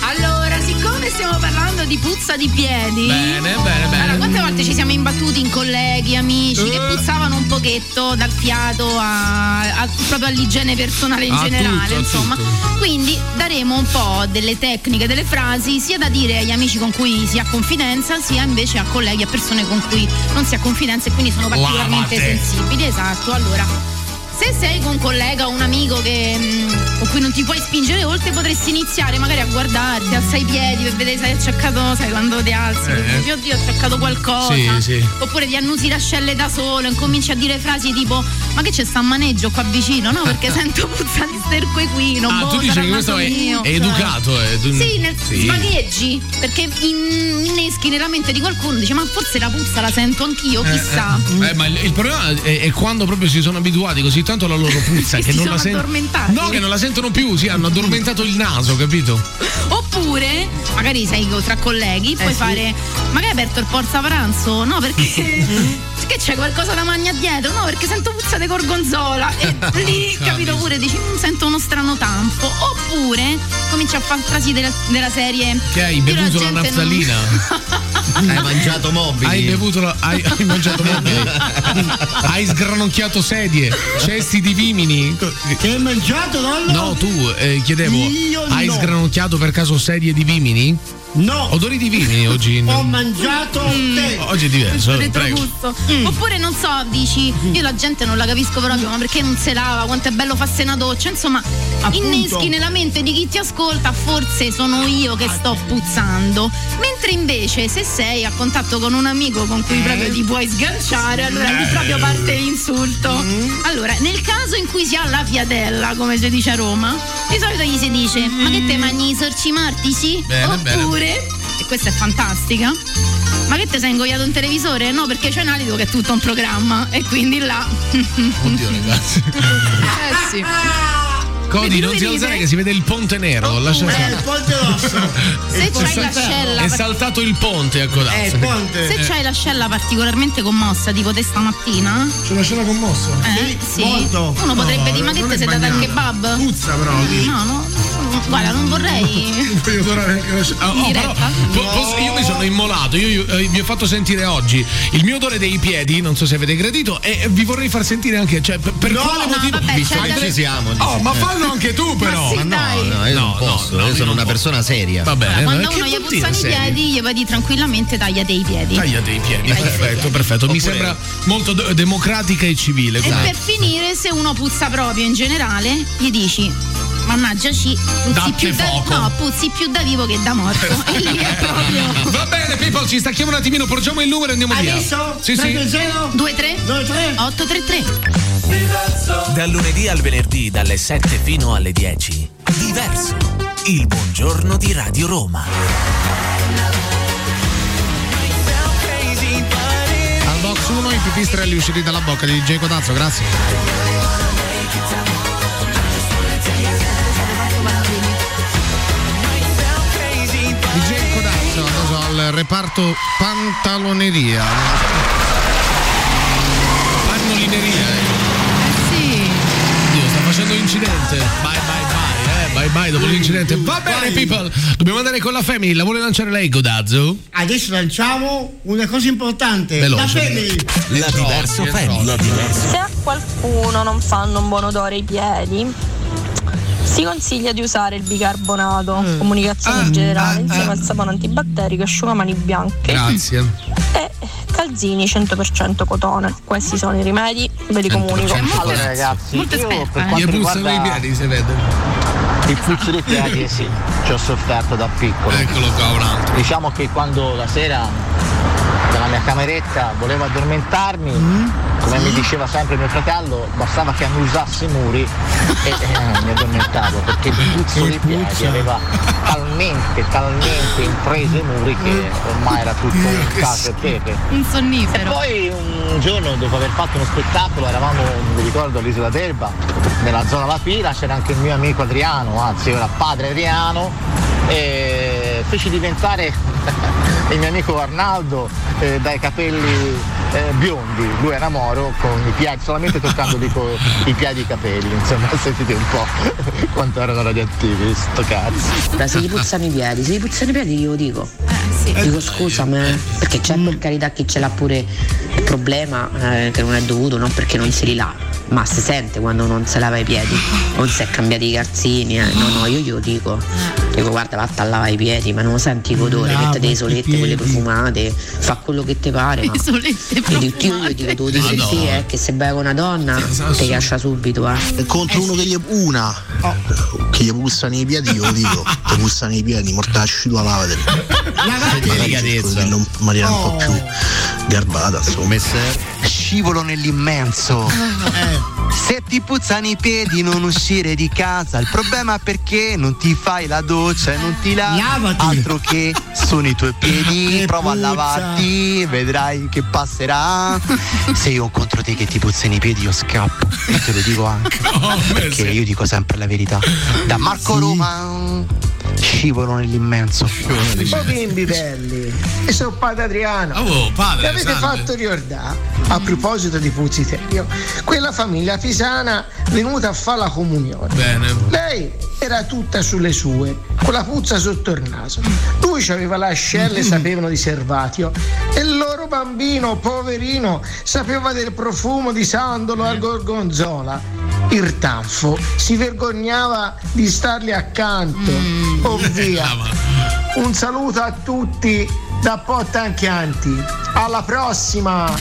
Speaker 5: Allora, siccome stiamo parlando di puzza di piedi,
Speaker 4: Bene, bene, bene. Eh.
Speaker 5: Allora, quante volte ci siamo imbattuti in colleghi, amici che puzzavano un pochetto dal fiato a- a- proprio all'igiene personale in
Speaker 6: Ah,
Speaker 8: A
Speaker 5: generale,
Speaker 8: tutto, a
Speaker 5: insomma.
Speaker 8: tutto.
Speaker 5: Quindi daremo un po' delle tecniche, delle frasi sia da dire agli amici con cui si ha confidenza, sia invece a colleghi, a persone con cui non si ha confidenza e quindi sono particolarmente
Speaker 8: Lavate.
Speaker 5: sensibili. Esatto, allora. Se sei con un collega o un amico che, mh, con cui non ti puoi spingere oltre, potresti iniziare magari a guardarti, alza i piedi per vedere se hai acciaccato, sai quando ti alzi,
Speaker 8: Eh.
Speaker 5: dici, oddio ho acciaccato qualcosa.
Speaker 8: Sì, sì.
Speaker 5: Oppure ti annusi le ascelle da solo e cominci a dire frasi tipo ma che c'è sta maneggio qua vicino? No,
Speaker 8: (laughs)
Speaker 5: perché sento puzza di sterquequino.
Speaker 4: Ah,
Speaker 5: boh,
Speaker 4: tu dici
Speaker 5: sarà
Speaker 4: che questo
Speaker 5: naso
Speaker 4: è,
Speaker 5: mio. cioè.
Speaker 4: è educato, eh? tu-
Speaker 5: Sì, nel,
Speaker 4: Sì.
Speaker 5: svagheggi perché in- inneschi nella mente di qualcuno, dice ma forse la puzza la sento anch'io,
Speaker 4: Eh,
Speaker 5: Certo, chissà.
Speaker 4: eh, eh, ma il, il problema è, è quando proprio si sono abituati così tanto alla
Speaker 5: (laughs)
Speaker 4: loro puzza
Speaker 5: Che
Speaker 4: che
Speaker 5: si
Speaker 4: non
Speaker 5: sono
Speaker 4: la sentono.
Speaker 5: addormentati.
Speaker 4: No, che non la sentono più, sì, hanno addormentato il naso, capito?
Speaker 5: Oppure, magari sei co- tra colleghi, puoi fare. Magari hai aperto il portapranzo? No,
Speaker 4: (laughs)
Speaker 5: perché. perché c'è qualcosa da magna dietro? No, perché sento puzza di gorgonzola.
Speaker 4: (laughs)
Speaker 5: E lì,
Speaker 8: Porca
Speaker 5: capito pure, dici, "Mm, sento uno strano tanfo. Oppure cominci a far frasi della, della serie.
Speaker 4: Che hai
Speaker 5: "Io
Speaker 4: bevuto la
Speaker 5: gente non-
Speaker 4: naftalina?
Speaker 5: (laughs)
Speaker 6: Hai mangiato mobili.
Speaker 4: Hai bevuto la- hai, hai mangiato mobili. hai sgranocchiato sedie, cesti di vimini. Che hai mangiato, No, tu eh, chiedevo,
Speaker 17: Io
Speaker 4: hai
Speaker 17: no.
Speaker 4: sgranocchiato per caso sedie di vimini?
Speaker 7: No!
Speaker 4: Odori divini oggi.
Speaker 7: Ho mangiato
Speaker 5: Mm.
Speaker 7: te!
Speaker 4: Mm. Oggi è diverso. eh, Prego.
Speaker 5: retrogusto. Oppure non so, dici, io la gente non la capisco proprio, ma perché non se lava, quanto è bello farsi una doccia, insomma, inneschi nella mente di chi ti ascolta, forse sono io che sto puzzando. Mentre invece se sei a contatto con un amico con
Speaker 7: Eh.
Speaker 5: cui proprio ti puoi sganciare, allora
Speaker 4: Eh.
Speaker 5: lì proprio parte l'insulto. Allora, nel caso in cui si ha la fiatella, come si dice a Roma, di solito gli si dice, ma che te mangi i sorci martici?
Speaker 8: Bene,
Speaker 5: Oppure
Speaker 8: bene.
Speaker 5: e questa è fantastica. Ma che te sei ingoiato un televisore? No, perché c'è un alito che è tutto un programma e quindi là.
Speaker 4: Oddio, ragazzi.
Speaker 5: Eh sì.
Speaker 4: Cody,
Speaker 5: Vedi,
Speaker 4: non
Speaker 5: lui
Speaker 4: ti
Speaker 5: ride.
Speaker 4: alzare che si vede il ponte nero. lascia
Speaker 5: Eh,
Speaker 4: stare.
Speaker 5: il ponte rosso.
Speaker 4: (laughs)
Speaker 5: Se
Speaker 4: È
Speaker 5: c'hai
Speaker 4: saltato-
Speaker 5: l'ascella,
Speaker 4: È
Speaker 5: per-
Speaker 4: saltato il ponte ecco, a codazzo.
Speaker 5: Eh, Se c'hai l'ascella particolarmente commossa, tipo te stamattina. C'è l'ascella commossa? Eh, sì.
Speaker 7: molto.
Speaker 5: Uno
Speaker 7: No,
Speaker 5: potrebbe dire, ma che
Speaker 7: non
Speaker 5: te
Speaker 7: è
Speaker 5: sei data al
Speaker 7: bagnata.
Speaker 5: kebab? Puzza
Speaker 7: però, lì.
Speaker 5: No, no. Guarda, non vorrei.
Speaker 4: Voglio tornare anche la sc- Ah, oh,
Speaker 5: Diretta?
Speaker 4: però, po- posso- io mi sono immolato, io, io, eh, vi ho fatto sentire oggi il mio odore dei piedi, non so se avete gradito, e eh, vi vorrei far sentire anche. Cioè, per, per
Speaker 6: No,
Speaker 4: quale
Speaker 6: no,
Speaker 4: motivo?
Speaker 6: vabbè,
Speaker 4: Vi
Speaker 6: c'è
Speaker 4: fai-
Speaker 6: da- Ci siamo, dici.
Speaker 4: Oh, ma
Speaker 6: Eh.
Speaker 4: fallo anche tu, però!
Speaker 6: Ma no, no, io non posso, io sono una persona seria.
Speaker 4: Va bene,
Speaker 5: Quando
Speaker 4: ma che
Speaker 5: uno gli
Speaker 4: vuol
Speaker 5: puzzano i
Speaker 4: eh, dire seria?
Speaker 5: piedi, gli puoi dire tranquillamente tagliate i piedi.
Speaker 4: Tagliate i piedi,
Speaker 5: Tagliate i
Speaker 4: perfetto, perfetto. Mi
Speaker 6: Oppure-
Speaker 4: sembra molto de- democratica e civile.
Speaker 5: E
Speaker 4: questa-
Speaker 5: per finire, se uno puzza proprio in generale, gli dici. Mannaggia ci puzzi
Speaker 4: Dacche
Speaker 5: più, da,
Speaker 4: fuoco."
Speaker 5: no, puzzi più da vivo che
Speaker 4: (laughs)
Speaker 5: da morto. (laughs) e lì è proprio.
Speaker 4: Va bene, people, ci stacchiamo un attimino, porgiamo il numero e andiamo via. Sì, sì.
Speaker 5: 23 833
Speaker 9: Dal lunedì al venerdì, dalle 7 fino alle 10. Diverso. Il buongiorno di Radio Roma.
Speaker 16: Al box 1 i pipistrelli usciti dalla bocca di DJ Codazzo, grazie. DJ Codazzo, adesso al reparto pantaloneria.
Speaker 4: Pannolineria,
Speaker 5: Eh Sì.
Speaker 4: eh. Dio, sta facendo un incidente. Bye bye bye, eh. Bye bye dopo l'incidente. Va bene, people. Dobbiamo andare con la Family. La vuole lanciare lei, Godazzo?
Speaker 7: Adesso lanciamo una cosa importante.
Speaker 4: Veloce.
Speaker 7: Eh, La family.
Speaker 4: La diverso Family. La
Speaker 19: Se a qualcuno non fanno un buon odore i piedi, si consiglia di usare il bicarbonato, comunicazione in generale, insieme al sapone antibatterico, asciugamani bianche
Speaker 4: Grazie.
Speaker 19: e calzini 100% cotone. Questi sono i rimedi, ve li comunico.
Speaker 10: Allora ragazzi,
Speaker 19: molto
Speaker 10: io
Speaker 19: esperta,
Speaker 10: per
Speaker 19: eh.
Speaker 10: quanto
Speaker 19: Gli puzzano
Speaker 10: riguarda
Speaker 19: i piedi,
Speaker 4: si vede.
Speaker 10: Il puzzo
Speaker 4: (laughs)
Speaker 10: dei piedi sì, ci ho sofferto da piccolo.
Speaker 4: Eccolo qua un altro.
Speaker 10: Diciamo che quando la sera dalla mia cameretta volevo addormentarmi,
Speaker 4: Mm?
Speaker 10: come mi diceva sempre mio fratello, bastava che annusassi i muri e eh, mi addormentavo perché il puzzo dei piedi aveva talmente, talmente impreso i muri che ormai era tutto
Speaker 6: Eh,
Speaker 10: un caso e pepe.
Speaker 5: Un sonnifero.
Speaker 10: E poi un giorno dopo aver fatto uno spettacolo eravamo, mi ricordo, all'isola d'Elba, nella zona La Pila, c'era anche il mio amico Adriano, anzi ora padre Adriano, e feci diventare (laughs) il mio amico Arnaldo eh, dai capelli eh, biondi, lui era moro con i piedi, solamente toccandoli con i piedi e i capelli, insomma (laughs) sentite un po' quanto erano radioattivi, sto cazzo.
Speaker 13: Ora, se gli puzzano i piedi, se gli puzzano i piedi glielo dico. Dico scusa, ma perché c'è per carità chi ce l'ha pure il problema eh, che non è dovuto, non perché non se li lava, ma si sente quando non si lava i piedi, non si è cambiati i calzini, eh. no no, io glielo dico. Dico guarda vatta a lavare i piedi, ma non lo senti il odore,
Speaker 5: Lava
Speaker 13: mettete
Speaker 5: i
Speaker 13: le solette, quelle
Speaker 5: piedi.
Speaker 13: profumate, fa quello che ti pare. Ma...
Speaker 5: Le solette
Speaker 13: Io dico, io glielo dico, tu dici
Speaker 5: Ah,
Speaker 15: Madonna.
Speaker 13: sì, eh, che se bevo una donna ti lascia subito, eh.
Speaker 11: Contro uno che gli una che gli pussano i piedi, io lo dico, ti pussano i piedi, mortacci tua lavateli. Delicatezza. In maniera un po' più garbata, insomma.
Speaker 10: Scivolo nell'immenso. Eh. Se ti puzzano i piedi non uscire di casa, il problema è perché non ti fai la doccia e non ti lavi. Altro che sono i tuoi piedi, prova a lavarti, vedrai che passerà. Se io contro te che ti puzzano i piedi io scappo, e te lo dico anche. perché io dico sempre la verità. Da Marco Roma scivolo nell'immenso.
Speaker 20: Oh bimbi belli, io sono padre Adriano.
Speaker 10: Oh, padre,
Speaker 20: Mi avete
Speaker 10: salve.
Speaker 20: fatto ricordare, a proposito di Puzziterio, quella famiglia pisana venuta a fare la comunione.
Speaker 4: Bene.
Speaker 20: Lei era tutta sulle sue, con la puzza sotto il naso. Lui aveva le ascelle, sapevano di Servatio. E il loro bambino, poverino, sapeva del profumo di sandalo al gorgonzola. Il tanfo si vergognava di stargli accanto. Ovvia. Oh, Un saluto a tutti da Potta Anchianti. Alla prossima!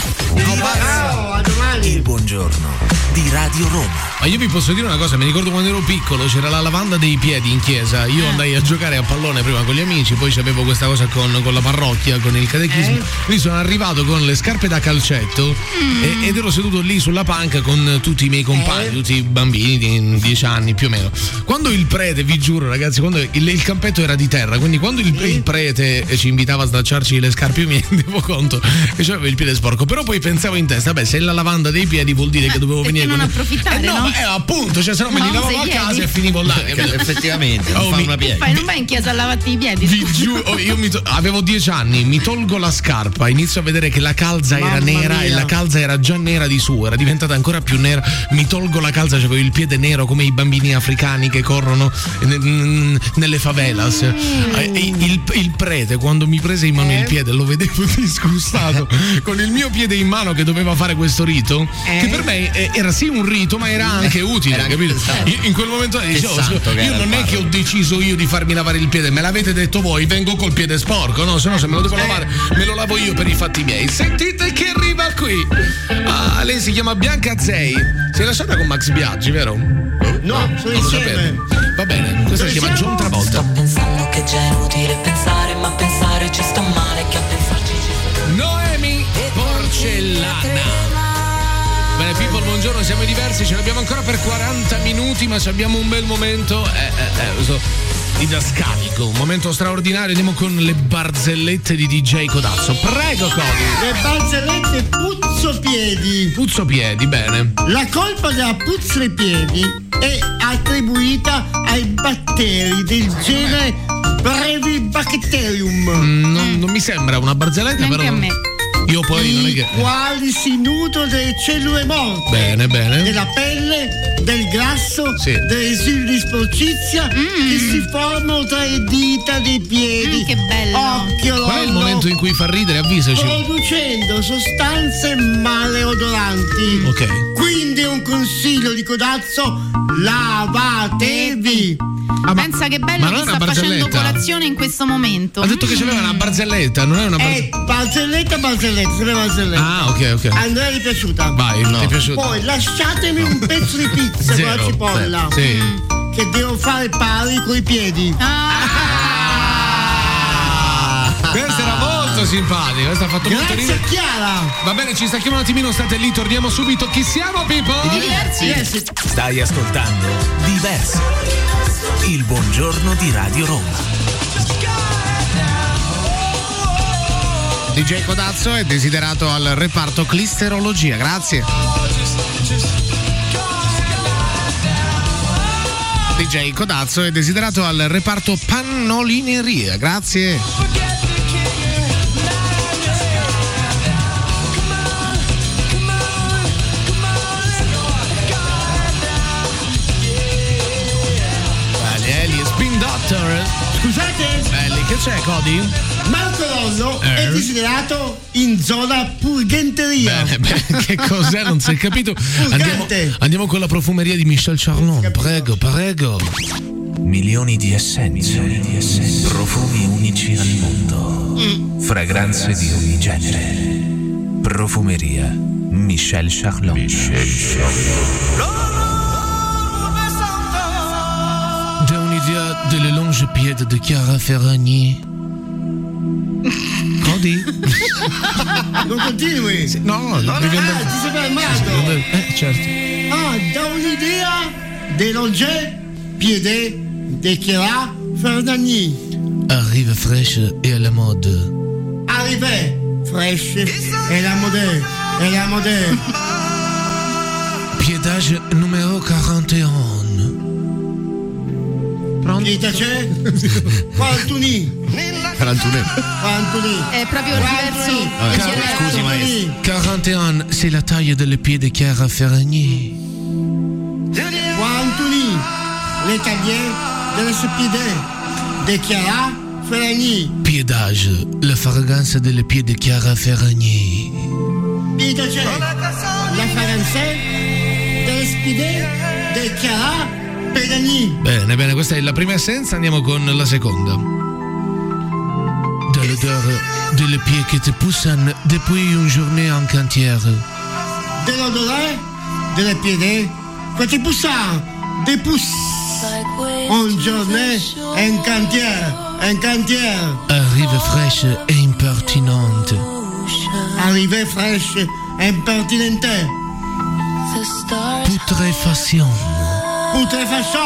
Speaker 9: Il buongiorno di Radio Roma.
Speaker 4: Ma io vi posso dire una cosa, mi ricordo quando ero piccolo c'era la lavanda dei piedi in chiesa, io andai a giocare a pallone prima con gli amici, poi avevo questa cosa con, con la parrocchia, con il catechismo, lì sono arrivato con le scarpe da calcetto e- ed ero seduto lì sulla panca con tutti i miei compagni, tutti i bambini di 10 anni più o meno. Quando il prete, vi giuro ragazzi, quando il, il campetto era di terra, quindi quando il, il prete eh, ci invitava a slacciarci le scarpe io mi (laughs) rendevo conto che c'avevo il piede sporco, però poi pensavo in testa, beh se è la lavanda dei piedi vuol dire che dovevo venire con...
Speaker 5: non approfittare,
Speaker 4: Eh no,
Speaker 5: no?
Speaker 4: ma- eh, appunto, cioè, se no me li
Speaker 5: Ma
Speaker 4: lavavo
Speaker 5: usa
Speaker 4: a
Speaker 5: i
Speaker 4: casa
Speaker 5: piedi?
Speaker 4: e finivo là.
Speaker 6: Che
Speaker 4: capito?
Speaker 6: effettivamente, non
Speaker 4: Oh,
Speaker 6: fa
Speaker 4: mi-
Speaker 6: una piega.
Speaker 5: Fai, non vai in chiesa a lavarti i piedi.
Speaker 4: Vi giuro, oh, io mi to- avevo dieci anni, mi tolgo la scarpa, inizio a vedere che la calza era
Speaker 16: Mamma
Speaker 4: nera
Speaker 16: mia.
Speaker 4: e la calza era già nera di suo, era diventata ancora più nera. Mi tolgo la calza, avevo il piede nero come i bambini africani che corrono ne- n- nelle favelas.
Speaker 6: Mm.
Speaker 4: Eh, e Il, il prete, quando mi prese in mano
Speaker 6: Eh?
Speaker 4: il piede, lo vedevo (laughs) disgustato con il mio piede in mano che doveva fare questo rito, che per me eh, era sì un rito, ma era anche utile,
Speaker 6: Eh, Era anche
Speaker 4: capito?
Speaker 6: santo.
Speaker 4: Io- in quel momento
Speaker 6: Che
Speaker 4: dicevo,
Speaker 6: santo che
Speaker 4: io
Speaker 6: era
Speaker 4: non è
Speaker 6: il
Speaker 4: che ho deciso io di farmi lavare il piede, me l'avete detto voi, vengo col piede sporco, no? Se no se me lo devo lavare, me lo lavo io per i fatti miei. Sentite che arriva qui. Ah, lei si chiama Bianca Zei. Si è lasciata con Max Biaggi, vero? No,
Speaker 17: sono
Speaker 4: non lo
Speaker 17: insieme.
Speaker 4: sapevo. Va bene, questa si chiama John Travolta.
Speaker 21: Sto pensando che già è inutile pensare, ma pensare ci sto male che a pensarci ci sto
Speaker 4: Noemi Porcellana. Bene, people, buongiorno, siamo i diversi, ce l'abbiamo ancora per 40 minuti, ma se abbiamo un bel momento. Eh, eh, eh, so, didascalico, Esatto, un momento straordinario. Andiamo con le barzellette di DJ Codazzo. Prego, Cody.
Speaker 7: Le barzellette puzzopiedi.
Speaker 4: Puzzopiedi, bene.
Speaker 7: La colpa della puzza ai piedi è attribuita ai batteri del genere Brevibacterium.
Speaker 4: Mm, non, non mi sembra una barzelletta,
Speaker 7: Eh. Neanche
Speaker 4: però.
Speaker 7: a me. Mm,
Speaker 4: Io poi non è che.
Speaker 7: Quali si nutrono delle cellule morte?
Speaker 4: Bene, bene.
Speaker 7: Della pelle, del grasso,
Speaker 4: Eh? Sì.
Speaker 7: dei residui di sporcizia che si formano tra le dita dei piedi. Mm. che bello! Occhio,
Speaker 4: Qual è il
Speaker 7: l'ollo,
Speaker 4: momento in cui fa ridere? Avvisaci.
Speaker 7: producendo sostanze maleodoranti.
Speaker 4: Ok.
Speaker 7: Quindi un consiglio di codazzo, lavatevi!
Speaker 5: Eh, Pensa che bello
Speaker 4: Ah, ma non
Speaker 5: che
Speaker 4: è una
Speaker 5: sta facendo
Speaker 4: barzelletta?
Speaker 5: colazione in questo momento.
Speaker 4: Ha detto che c'aveva una barzelletta, non è una
Speaker 7: Eh,
Speaker 4: barzelletta.
Speaker 7: barzelletta, barzelletta, sempre barzelletta.
Speaker 4: Ah, ok, ok.
Speaker 7: A Andrea gli è piaciuta.
Speaker 4: Vai, ti è piaciuta?
Speaker 7: Poi lasciatemi un pezzo di pizza con la
Speaker 4: (laughs) Zero.
Speaker 7: cipolla.
Speaker 4: Sì.
Speaker 7: Che devo fare pari coi piedi.
Speaker 4: Questa era molto simpatica, questa ha fatto molto
Speaker 7: Ah. Grazie
Speaker 4: ridere.
Speaker 7: Chiara!
Speaker 4: Va bene, ci stacchiamo un attimino, state lì, torniamo subito. Chi siamo, people?
Speaker 9: Stai ascoltando Diverso. Il buongiorno di Radio Roma.
Speaker 16: DJ Codazzo è desiderato al reparto clisterologia, grazie. DJ Codazzo è desiderato al reparto pannolineria, grazie.
Speaker 4: Belli, Eli, Spin Doctor. (laughs)
Speaker 7: Scusate?
Speaker 4: Belli, che c'è, Cody?
Speaker 7: Marco Rollo è
Speaker 4: Eh.
Speaker 7: desiderato in zona purgenteria.
Speaker 4: Bene, bene, che cos'è? Non si è capito. Andiamo, andiamo con la profumeria di Michel Charlon, prego, prego.
Speaker 9: Milioni di essenze, profumi unici al mondo, fragranze di ogni genere. Profumeria Michel Charlon.
Speaker 4: J'ai une idée de le longe pied de Chiara Ferragni. Cody?
Speaker 7: Non continui.
Speaker 4: No, no,
Speaker 7: Ah,
Speaker 4: devi andare-
Speaker 7: ti sei fermato.
Speaker 4: Eh, certo.
Speaker 7: Ah, da un'idea dell'Oge Piede de Chiara Fernandini.
Speaker 4: Arrive fraîche et à la mode.
Speaker 7: Arrivè, fresh e la modè, e la modè.
Speaker 4: Piedage numéro 41.
Speaker 7: Dita c'è? Quantuni, quantuni.
Speaker 5: È proprio il diverso.
Speaker 7: Eh,
Speaker 4: Vabbè, scu- scusi, maestro. 41, c'est la taille de le pied de Chiara Ferragni.
Speaker 7: Quantuni, l'italier delle Piede de Chiara Fernandini.
Speaker 4: Piedage, la fragrance de le pied de Chiara Ferragni.
Speaker 7: Dita c'è, la francese delle Piede de Chiara Fernandini.
Speaker 4: Bene, bene, questa è la prima essenza, andiamo con la seconda. l'odeur de les pieds qui te poussent depuis une journée en cantière.
Speaker 7: De l'odorat, de la piede, quand tu pousses, des pousses. Une journée, un cantier, un cantier.
Speaker 4: Arrive fraîche et impertinente.
Speaker 7: Arrivée fraîche, impertinente.
Speaker 4: Putréfaction.
Speaker 7: Putréfaction.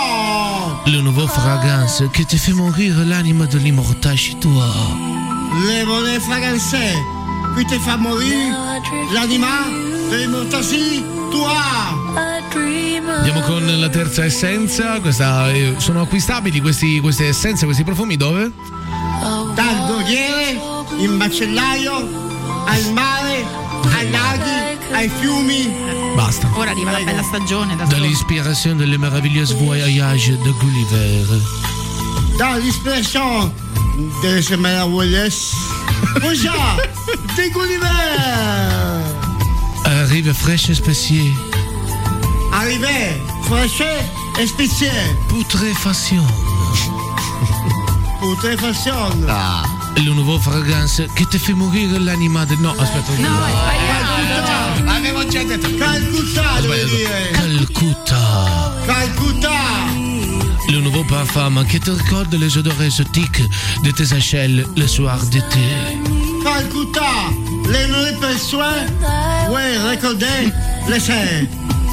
Speaker 4: Le nouveau fragrance qui te fait mourir l'anime de l'immortal chez toi.
Speaker 7: Le volets fragancé qui te fa mourir l'anima dei mortasi tua.
Speaker 4: Andiamo con la terza essenza. Questa, eh, sono acquistabili questi- queste essenze, questi profumi dove?
Speaker 7: Dal ghiere, in macellaio, al mare, ai laghi, ai fiumi.
Speaker 4: Basta.
Speaker 5: Ora arriva la bella stagione. Da
Speaker 4: De l'inspiration de les merveilleux voyages de Gulliver.
Speaker 7: Dall'ispirazione delle semelle vogliesse. (laughs) Bonjour, di Gulliver.
Speaker 4: Arrive fraîche et spéciée.
Speaker 7: Arrivé, fraîche e spezie. (laughs)
Speaker 4: Putrefazione.
Speaker 7: Putrefazione.
Speaker 4: Ah. Le nouveau fragrance qui te fait mourir l'anima de... No, aspetta.
Speaker 7: Calcutta. Avevo già detto. Calcutta, devo dire.
Speaker 4: Calcutta.
Speaker 7: Calcutta.
Speaker 4: Le nouveau parfum qui te recorde les odeurs exotiques de tes HL le soir d'été.
Speaker 7: Calcutta, les nuits besoins, ouais, recordez, laissez,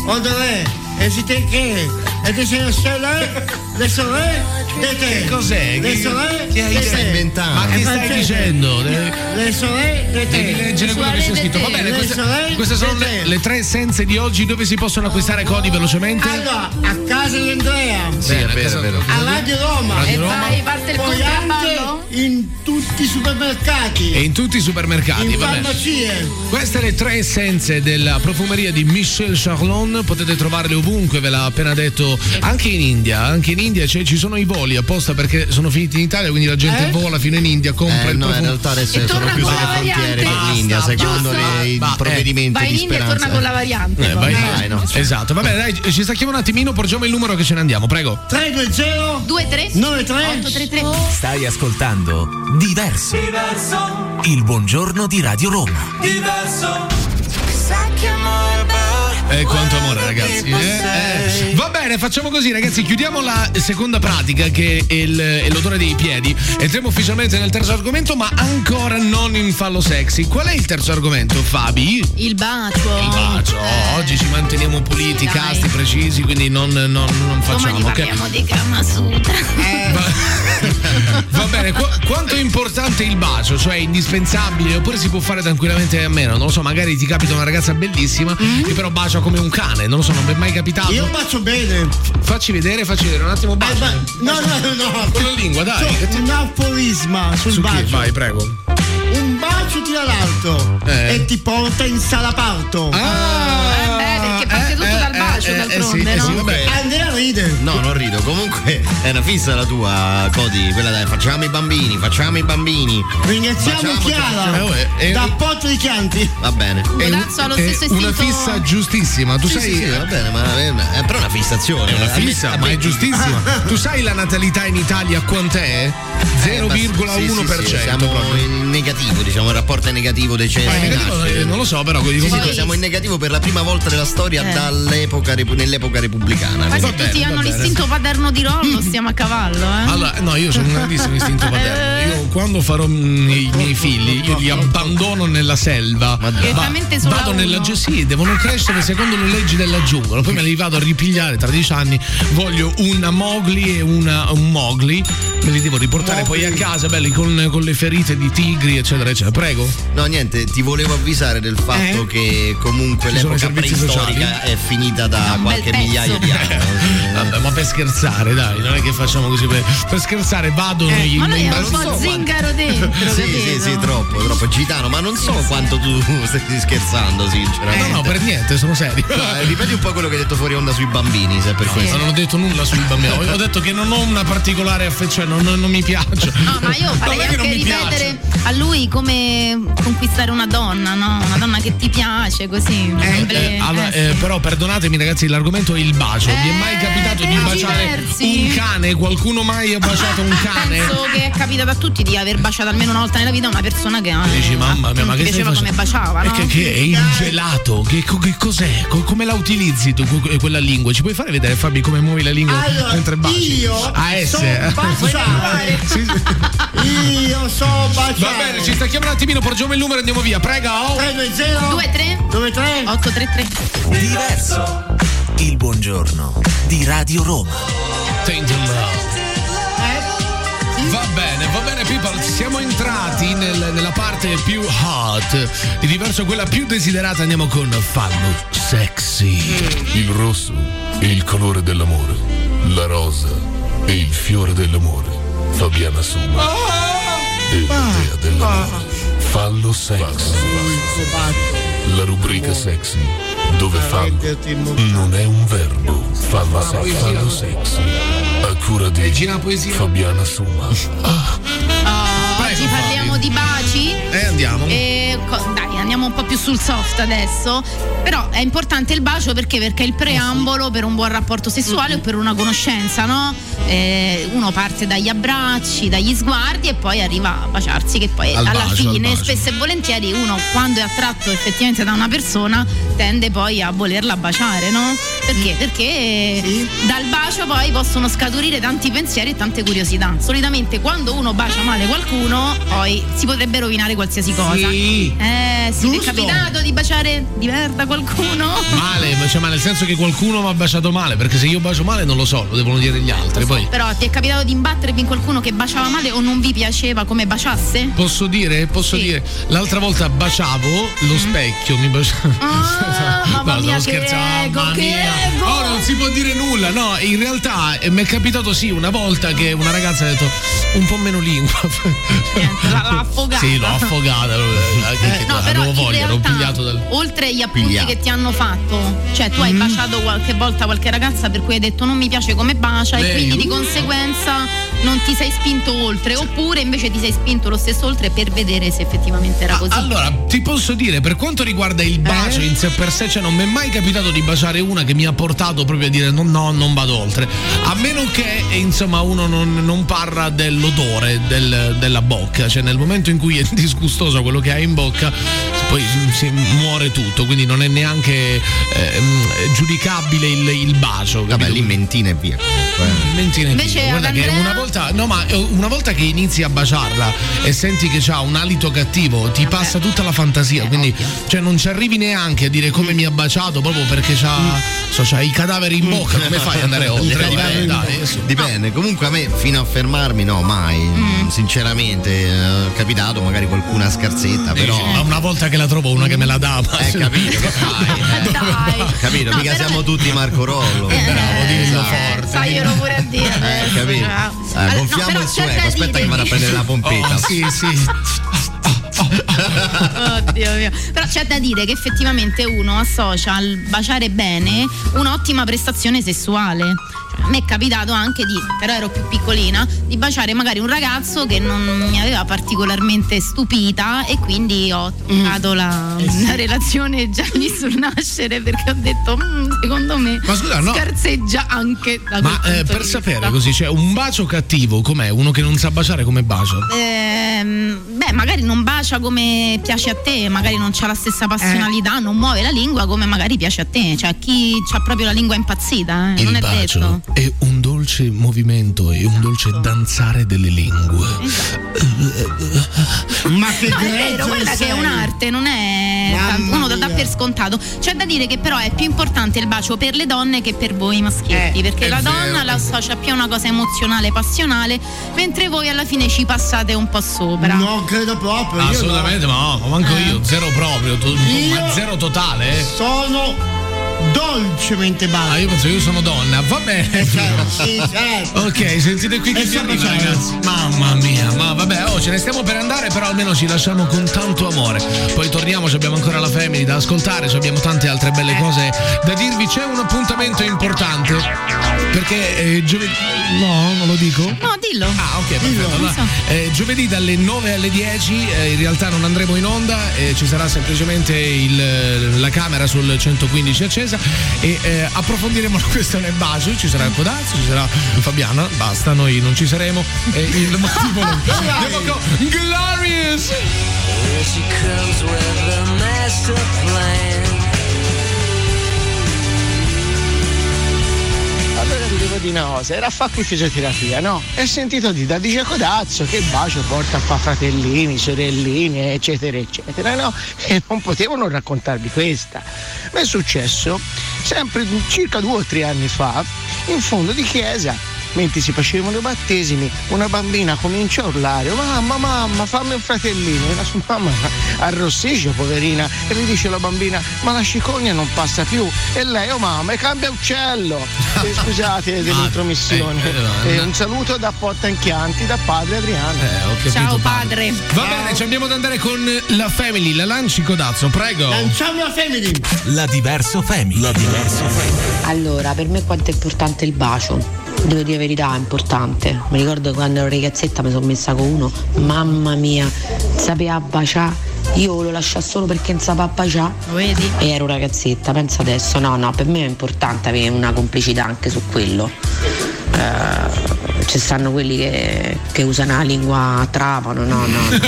Speaker 7: odorez, hésitez, créez, et déchargez-les, les soirées d'été.
Speaker 4: Cos'è?
Speaker 7: Le
Speaker 4: Che-
Speaker 7: soirée
Speaker 4: che hai
Speaker 7: d'été.
Speaker 4: inventato? Ma che
Speaker 7: Eh,
Speaker 4: stai
Speaker 7: perché?
Speaker 4: dicendo? Eh,
Speaker 7: Le soirées d'été.
Speaker 4: Devi leggere
Speaker 7: Le
Speaker 4: quello che
Speaker 7: soirées
Speaker 4: c'è scritto. Va
Speaker 7: d'été.
Speaker 4: bene,
Speaker 7: Le
Speaker 4: queste,
Speaker 7: soirées
Speaker 4: queste sono le, le tre essenze di oggi dove si possono acquistare codi velocemente.
Speaker 7: Allora, a casa di Andrea.
Speaker 4: Sì, è vero, è vero.
Speaker 7: A Radio Roma.
Speaker 4: Radio E Roma. vai,
Speaker 5: parte il
Speaker 7: Poi anche
Speaker 5: contrabbando?
Speaker 7: in tutti i supermercati.
Speaker 4: E in tutti i supermercati,
Speaker 7: In
Speaker 4: va bene.
Speaker 7: farmacie.
Speaker 4: Queste le tre essenze della profumeria di Michel Charlon, potete trovarle ovunque, ve l'ha appena detto, anche in India, anche in India cioè, ci sono i voli apposta perché sono finiti in Italia, quindi la gente
Speaker 6: Eh?
Speaker 4: vola fino in India, compra
Speaker 6: Eh,
Speaker 4: il
Speaker 6: no,
Speaker 4: profumo.
Speaker 6: in realtà adesso E sono torna chiuse con le la frontiere variante. in India, secondo le- i provvedimenti
Speaker 5: Vai in India e torna con la variante.
Speaker 4: Eh, vai,
Speaker 5: poi.
Speaker 4: vai, no. Esatto, va bene, dai, ci stacchiamo un attimino, porgiamo il numero che ce ne andiamo, prego.
Speaker 7: 320
Speaker 5: 23
Speaker 7: 93
Speaker 5: 833
Speaker 9: Stai ascoltando Diverso. Il buongiorno di Radio Roma.
Speaker 4: Eh, quanto amore, ragazzi. Eh, eh. Va bene, facciamo così, ragazzi. Chiudiamo la seconda pratica, che è, il- è l'odore dei piedi. Entriamo ufficialmente nel terzo argomento, ma ancora non in fallo sexy. Qual è il terzo argomento, Fabi?
Speaker 5: Il bacio.
Speaker 4: Il bacio. Oggi ci manteniamo puliti,
Speaker 5: Dai.
Speaker 4: casti, precisi, quindi non, non- non
Speaker 5: Domani
Speaker 4: facciamo.
Speaker 5: parliamo
Speaker 4: ok? Eh,
Speaker 5: di Kama Sutra.
Speaker 4: Va bene, qu- quanto è importante il bacio? Cioè, è indispensabile? Oppure si può fare tranquillamente a meno? Non lo so, magari ti capita una ragazza bellissima che però bacia come un cane. Non lo so, non mi è mai capitato.
Speaker 7: Mm-hmm. Io bacio bene.
Speaker 4: Facci vedere, facci vedere un attimo. Bacio.
Speaker 7: No, no, no. Cioè,
Speaker 4: Con la lingua, dai.
Speaker 7: C'è un aforisma sul
Speaker 4: Su chi?
Speaker 7: bacio.
Speaker 4: Vai, prego.
Speaker 7: Un bacio tira l'alto
Speaker 4: Eh.
Speaker 7: e ti porta in sala parto.
Speaker 4: Ah, eh,
Speaker 5: eh, perché parte tutto dal
Speaker 6: Eh,
Speaker 5: bacio, d'altronde, no?
Speaker 7: Andrea ride.
Speaker 6: No, non rido. Comunque è una fissa la tua, Cody. Quella dai, facciamo i bambini, facciamo i bambini.
Speaker 7: Ringraziamo Chiara
Speaker 6: Eh, uè, eh,
Speaker 7: da Porto di Chianti.
Speaker 6: Va bene.
Speaker 7: Un lazzo allo stesso
Speaker 4: una
Speaker 7: istinto-
Speaker 4: fissa giustissima. Tu
Speaker 6: Sì,
Speaker 4: sai.
Speaker 6: sì, sì, va bene, ma è una- è però una fissazione.
Speaker 4: È una fissa, ma è giustissima.
Speaker 6: (laughs)
Speaker 4: tu sai la natalità in Italia quant'è? 0,1%.
Speaker 6: Eh, Sì, sì, sì, siamo proprio in negativo, diciamo, il rapporto è negativo dei cesi.
Speaker 4: Ma è negativo, eh, non lo so, però, così
Speaker 6: Sì, sì,
Speaker 4: comunque-
Speaker 6: siamo in negativo per la prima volta nella storia
Speaker 5: Eh.
Speaker 6: dall'epoca repu- nell'epoca repubblicana.
Speaker 5: Ma se tutti hanno l'istinto paterno di Rollo, stiamo a cavallo, eh?
Speaker 4: Mm. Allora, no, io sono un grandissimo
Speaker 5: (laughs)
Speaker 4: istinto paterno. Io quando farò mm, i miei figli, io li abbandono nella selva. Ma
Speaker 5: Direttamente sulla
Speaker 4: vado
Speaker 5: uno.
Speaker 4: nella giungla. Sì, devono crescere secondo le leggi della giungla. Poi me li vado a ripigliare tra dieci anni. Voglio una Mogli e una, un Mogli. Me li devo riportare poi a casa, belli, con, con le ferite di tigri, eccetera, eccetera. Prego.
Speaker 6: No, niente, ti volevo avvisare del fatto che comunque
Speaker 4: Eh? Ci sono i
Speaker 6: l'epoca
Speaker 4: servizi
Speaker 6: preistorica
Speaker 4: sociali?
Speaker 6: è finita
Speaker 5: Ah,
Speaker 6: da qualche
Speaker 4: pezzo.
Speaker 6: migliaio
Speaker 4: (laughs)
Speaker 6: di anni.
Speaker 4: Vabbè, ma per scherzare, dai, non è che facciamo così. Per, per scherzare, vado negli
Speaker 5: Eh, Ma noi è un
Speaker 6: non
Speaker 5: po'
Speaker 6: so
Speaker 4: (laughs)
Speaker 5: zingaro dentro,
Speaker 6: sì,
Speaker 5: capito?
Speaker 6: sì, sì, troppo, troppo gitano, ma non so quanto tu (laughs) stai scherzando,
Speaker 4: Eh,
Speaker 6: sinceramente.
Speaker 4: No, no, per niente, sono serio.
Speaker 6: No, (laughs) eh, ripeti un po' quello che hai detto fuori onda sui bambini, se è per
Speaker 4: No,
Speaker 6: questo.
Speaker 4: non ho detto nulla sui bambini, ho detto che non ho una particolare affezione, non non, non- non mi piaccio.
Speaker 5: No, ma io
Speaker 4: Non
Speaker 5: farei
Speaker 4: è che
Speaker 5: anche
Speaker 4: non mi
Speaker 5: ripetere a lui come conquistare una donna, no? Una donna che ti piace, così. sempre-
Speaker 4: Eh, allora, eh, però perdonatemi ragazzi, l'argomento è il bacio. Vi è mai capitato di
Speaker 5: eh,
Speaker 4: baciare
Speaker 5: diversi.
Speaker 4: un cane? Qualcuno mai ha baciato un cane?
Speaker 5: (laughs) Penso che è capitato a tutti di aver baciato almeno una volta nella vita una persona che eh,
Speaker 4: Dici mamma mia, ma
Speaker 5: ti
Speaker 4: che stai
Speaker 5: piaceva come
Speaker 4: facendo?
Speaker 5: baciava, no?
Speaker 4: E che, che è il gelato? Che, co- che cos'è? Co- come la utilizzi tu que- quella lingua? Ci puoi fare vedere Fabi come muovi la lingua
Speaker 7: Allora,
Speaker 4: mentre baci? Ah, eh,
Speaker 7: io
Speaker 4: AS.
Speaker 7: so
Speaker 4: (laughs)
Speaker 7: baciare. Io so baciare.
Speaker 4: Va bene, ci stacchiamo un attimino, porgiamo il numero e andiamo via. Prega, oh.
Speaker 7: 320
Speaker 5: 23
Speaker 7: 23
Speaker 5: 833
Speaker 9: Diverso. Il buongiorno di Radio Roma.
Speaker 4: Va bene, va bene people, siamo entrati nel- nella parte più hot, di diverso quella più desiderata andiamo con Fallo Sexy.
Speaker 1: Il rosso è il colore dell'amore. La rosa è il fiore dell'amore. Fabiana Suma
Speaker 7: Oh, eh.
Speaker 1: è l'idea dell'amore. Fallo sexy. La rubrica sexy dove fallo non è un verbo. Fallo, se- fallo sexy. A cura di Fabiana Suma.
Speaker 22: Ah,
Speaker 5: Oggi parliamo di baci.
Speaker 22: Eh,
Speaker 4: E andiamo.
Speaker 5: E co- dai, andiamo un po' più sul soft adesso. Però è importante il bacio perché? Perché è
Speaker 22: Eh
Speaker 5: il preambolo per un buon rapporto sessuale
Speaker 22: Mm-hmm.
Speaker 5: o per una conoscenza, no? Eh, uno parte dagli abbracci, dagli sguardi e poi arriva a baciarsi, che poi
Speaker 22: Al
Speaker 5: alla
Speaker 22: bacio, al
Speaker 5: fine,
Speaker 22: bacio.
Speaker 5: spesso e volentieri, uno quando è attratto effettivamente da una persona tende poi a volerla baciare, no? Perché?
Speaker 4: Mm.
Speaker 5: Perché dal bacio poi possono scaturire tanti pensieri e tante curiosità. Solitamente quando uno bacia male qualcuno, poi si potrebbe rovinare qualsiasi cosa.
Speaker 4: Sì.
Speaker 5: Eh, sì, ti è capitato di baciare di merda qualcuno?
Speaker 4: Male, ma- cioè, ma nel senso che qualcuno mi ha baciato male, perché se io bacio male non lo so, lo devono dire gli altri. Poi
Speaker 5: Però ti è capitato di imbattervi in qualcuno che baciava male o non vi piaceva come baciasse?
Speaker 4: posso dire, posso dire, l'altra volta baciavo lo specchio, mi baciavo.
Speaker 5: Mm. Ah,
Speaker 4: (laughs)
Speaker 5: mamma
Speaker 4: no,
Speaker 5: mia,
Speaker 4: stavo
Speaker 5: che
Speaker 4: scherzando,
Speaker 5: ego,
Speaker 4: mamma
Speaker 5: che
Speaker 4: mia.
Speaker 5: ego.
Speaker 4: Oh, non si può dire nulla, no, in realtà eh, mi è capitato sì una volta che una ragazza ha detto un po' meno lingua. (laughs)
Speaker 5: L'ha, l'ha affogata.
Speaker 4: Sì, l'ho affogata, eh, che-
Speaker 5: No, però
Speaker 4: avevo
Speaker 5: in
Speaker 4: voglia, l'ho
Speaker 5: realtà-
Speaker 4: pigliato dal.
Speaker 5: Oltre agli appunti
Speaker 4: Pigliato.
Speaker 5: che ti hanno fatto, cioè tu hai
Speaker 6: Mm.
Speaker 5: baciato qualche volta qualche ragazza per cui hai detto non mi piace come bacia e
Speaker 4: Lei-
Speaker 5: quindi di conseguenza non ti sei spinto oltre, oppure invece ti sei spinto lo stesso oltre per vedere se effettivamente
Speaker 6: Ah,
Speaker 5: era così.
Speaker 4: Ah,
Speaker 5: Eh?
Speaker 4: Allora, ti posso dire, per quanto riguarda il bacio in sé per sé, cioè non mi è mai capitato di baciare una che mi ha portato proprio a dire no, no, non vado oltre. A meno che, eh, insomma, uno non, non parla dell'odore del- della bocca, cioè nel momento in cui è (laughs) disgustoso quello che hai in bocca, poi mm, si muore tutto, quindi non è neanche ehm, giudicabile il, il bacio. Vabbè, lì
Speaker 6: mentina e via. eh.
Speaker 4: Mentina e
Speaker 5: Invece
Speaker 4: via.
Speaker 5: ad
Speaker 4: Guarda che
Speaker 5: Andrea-
Speaker 4: una volta, no, ma eh, una volta che inizi a baciarla e senti che c'ha un alito cattivo, ti passa tutta la fantasia.
Speaker 5: Eh,
Speaker 4: quindi, cioè, non ci arrivi neanche a dire come mi ha baciato proprio perché c'ha,
Speaker 5: Mm.
Speaker 4: so, c'ha i cadaveri in bocca. Come fai ad
Speaker 5: (laughs)
Speaker 4: andare oltre? Eh, Dai, dai. Ah.
Speaker 6: Dipende, comunque a me fino a fermarmi no, mai.
Speaker 4: Mm.
Speaker 6: Sinceramente, eh, è capitato magari qualcuna scarsetta, però.
Speaker 4: eh, Ma una volta che la trovo, una che me la dà. ma-
Speaker 6: Eh, capito, che
Speaker 4: (laughs)
Speaker 6: fai? eh. Capito, mica siamo tutti Marco Rollo.
Speaker 4: Eh,
Speaker 6: Bravo, dillo forte.
Speaker 5: Sai, io ero pure a dire.
Speaker 6: (laughs) Eh,
Speaker 5: adesso, cioè.
Speaker 6: capito?
Speaker 5: no.
Speaker 6: Eh, gonfiamo il suo ego, aspetta che vado a
Speaker 5: (laughs)
Speaker 6: prendere la pompetta.
Speaker 4: Oh, sì, sì.
Speaker 5: Oddio mio. Però c'è da dire che effettivamente uno associa al baciare bene un'ottima prestazione sessuale. Cioè, A me è capitato anche di, però ero più piccolina, di baciare magari un ragazzo che non mi aveva particolarmente stupita e quindi ho trovato la,
Speaker 4: Eh
Speaker 5: la relazione già lì sul nascere perché ho detto, "Mm, secondo me
Speaker 4: Ma scusa, no.
Speaker 5: scarseggia anche da
Speaker 4: Ma
Speaker 5: quel
Speaker 4: eh,
Speaker 5: punto
Speaker 4: per
Speaker 5: di
Speaker 4: sapere
Speaker 5: vista."
Speaker 4: così, cioè, un bacio cattivo com'è? Uno che non sa baciare come bacia?
Speaker 5: Ehm, beh, magari non bacia come piace a te, magari non c'ha la stessa passionalità,
Speaker 7: Eh.
Speaker 5: non muove la lingua come magari piace a te. Cioè, chi ha proprio la lingua impazzita, eh, non
Speaker 4: Il
Speaker 5: è detto. Esatto.
Speaker 4: bacio è un dolce movimento e un dolce danzare delle lingue.
Speaker 7: Ma che
Speaker 5: No, è vero,
Speaker 7: grezzo
Speaker 5: quella
Speaker 7: che
Speaker 5: che è
Speaker 7: sei.
Speaker 5: un'arte, non è.
Speaker 7: Mamma
Speaker 5: tanto- uno lo dà
Speaker 7: mia.
Speaker 5: per scontato. C'è da dire che, però, è più importante il bacio per le donne che per voi
Speaker 7: Eh,
Speaker 5: maschietti, perché
Speaker 23: è
Speaker 5: la donna
Speaker 23: vero.
Speaker 5: la associa più a una cosa emozionale, passionale, mentre voi alla fine ci passate un po' sopra.
Speaker 7: No, credo proprio. io
Speaker 4: Assolutamente, ma no, ma manco io, zero proprio, tu- ma
Speaker 7: Io-
Speaker 4: zero totale. eh.
Speaker 7: Sono dolcemente bacio. Eh, cioè,
Speaker 4: Ah, io penso io sono donna, va bene.
Speaker 7: sì, certo.
Speaker 4: Ok, sentite qui
Speaker 7: E
Speaker 4: che ci
Speaker 7: sono
Speaker 4: arriva,
Speaker 7: certo.
Speaker 4: ragazzi. Mamma mia, ma vabbè, oh, ce ne stiamo per andare, però almeno ci lasciamo con tanto amore. Poi torniamo, ci abbiamo ancora la family
Speaker 5: Eh.
Speaker 4: da ascoltare, ci abbiamo tante altre belle cose da dirvi. C'è un appuntamento importante. Perché eh, giovedì. No, non lo dico.
Speaker 5: No, dillo.
Speaker 4: Ah, ok, perfetto. Allora, eh, giovedì dalle 9 alle 10 eh, in realtà non andremo in onda, eh, ci sarà semplicemente il- eh, la camera sul 115 accesa e eh, approfondiremo la questione base, ci sarà il Codazzo, ci sarà Fabiana, basta, noi non ci saremo. E il motivo non- Andiamo con Glorious!
Speaker 21: Here she comes with the master plan.
Speaker 20: Allora vi devo dire una cosa, era a fare qui fisioterapia, no? E ho sentito dire da dice Codazzo che bacio porta a fare fratellini, sorelline, eccetera, eccetera, no? E non potevo non raccontarvi questa. Mi è successo sempre circa due o tre anni fa, in fondo di chiesa, mentre si facevano i battesimi, una bambina comincia a urlare, mamma, mamma, fammi un fratellino. E la sua mamma arrossisce, poverina, e mi dice la bambina, ma la cicogna non passa più. E lei, oh mamma, e cambia uccello. Eh,
Speaker 4: (laughs)
Speaker 20: scusate dell'intromissione.
Speaker 4: eh, eh,
Speaker 20: Eh, un saluto da Pottanchianti, da padre Adriano.
Speaker 4: capito, Ciao,
Speaker 20: padre.
Speaker 4: Va bene, ci abbiamo da andare con la Family, la lanci Codazzo, prego.
Speaker 20: Lanciamo la Family.
Speaker 9: La diverso family. La diverso
Speaker 4: (laughs)
Speaker 9: family.
Speaker 13: Allora, per me quanto è importante il bacio? Devo dire la verità, è importante. Mi ricordo quando ero ragazzetta mi sono messa con uno, mamma mia, sapeva baciare. Io lo lasciavo solo perché non sapeva baciare.
Speaker 5: Vedi?
Speaker 13: E ero ragazzetta, pensa adesso. No, no, per me è importante avere una complicità anche su quello. Eh, ci stanno quelli che, che usano la lingua a trapano, no, no, no.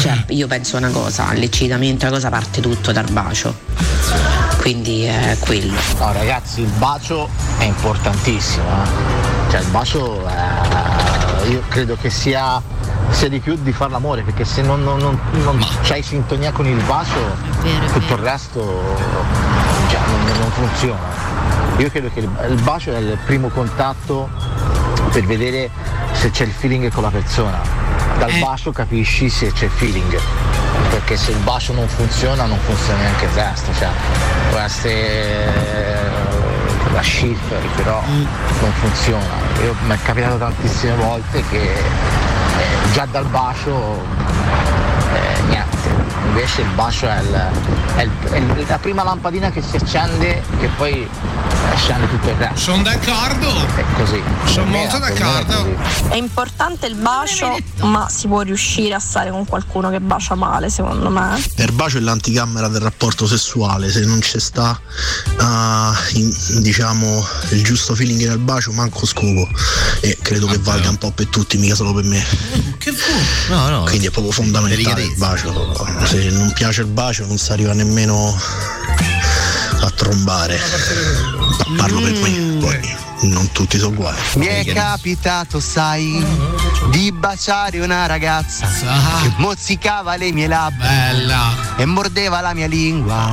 Speaker 13: Cioè, io penso una cosa, l'eccitamento, la cosa parte tutto dal bacio. Quindi è quello.
Speaker 10: No ragazzi, il bacio è importantissimo. eh. Cioè il bacio eh, io credo che sia, sia di più di far l'amore, perché se non, non, non- non c'hai sintonia con il bacio, tutto il resto cioè, non, non funziona. Io credo che il, il bacio è il primo contatto per vedere se c'è il feeling con la persona.
Speaker 16: Eh.
Speaker 10: Dal bacio capisci se c'è feeling perché se il bacio non funziona non funziona neanche il resto cioè può essere eh, la shift però
Speaker 16: Mm.
Speaker 10: non funziona Io- mi è capitato tantissime volte che eh, già dal bacio eh, niente invece il bacio è, il- è il- è il- la prima lampadina che si accende che poi scende tutto il resto
Speaker 4: sono d'accordo
Speaker 10: è così sono
Speaker 16: molto d'accordo.
Speaker 19: È importante il bacio, ma si può riuscire a stare con qualcuno che bacia male, secondo me.
Speaker 11: Il bacio è l'anticamera del rapporto sessuale, se non ci sta ah, in- diciamo il giusto feeling nel bacio manco scopo e credo che valga un po' per tutti, mica solo per me.
Speaker 4: Che fu?
Speaker 11: No, no, Quindi è proprio fondamentale il bacio. Se non piace il bacio non si arriva nemmeno a trombare. Pa- Parlo per me, poi non tutti sono uguali.
Speaker 15: Mi è capitato, sai, di baciare una ragazza che mozzicava le mie labbra e mordeva la mia lingua.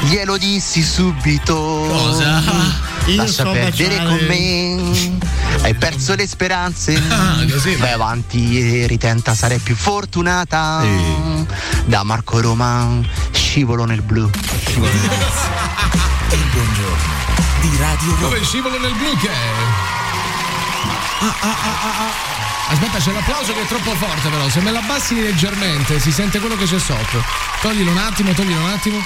Speaker 15: Glielo dissi subito.
Speaker 4: Ah. Cosa?
Speaker 15: Mm,
Speaker 4: Io
Speaker 15: Lascia
Speaker 4: so
Speaker 15: perdere
Speaker 4: baciare.
Speaker 15: con me. Hai perso le speranze.
Speaker 4: Ah,
Speaker 15: Vai avanti e ritenta, sarai più fortunata. Da Marco Roma, scivolo nel blu.
Speaker 9: Il buongiorno di Radio Rock.
Speaker 4: Dove scivolo nel blu che è? Ah, ah, ah, ah, ah. Aspetta, c'è l'applauso che è troppo forte però. Se me l'abbassi leggermente si sente quello che c'è sotto. Toglilo un attimo, toglilo un attimo.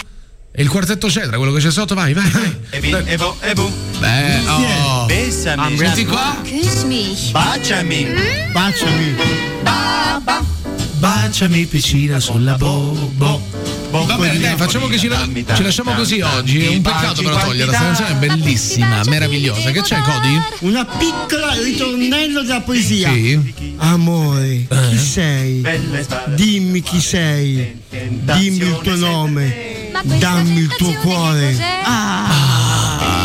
Speaker 4: E il quartetto c'è tra quello che c'è sotto, vai, vai, vai.
Speaker 2: Evo, Evo.
Speaker 4: Beh, oh.
Speaker 2: Bessami.
Speaker 4: Ah, senti qua.
Speaker 2: Kiss me. Baciami.
Speaker 10: Mm?
Speaker 2: Baciami. Baba.
Speaker 4: Baciami piccina sulla bobo. Va bene, dai, Boh, facciamo che ci, la- ci lasciamo così oggi. È un peccato però togliere. Questa canzone è bellissima, meravigliosa. Che c'è, Cody?
Speaker 7: Una piccola ritornello della poesia.
Speaker 4: Sì. Eh?
Speaker 7: Amore, chi sei? Dimmi chi sei. Dimmi il tuo nome. Dammi il tuo cuore.
Speaker 4: Ah,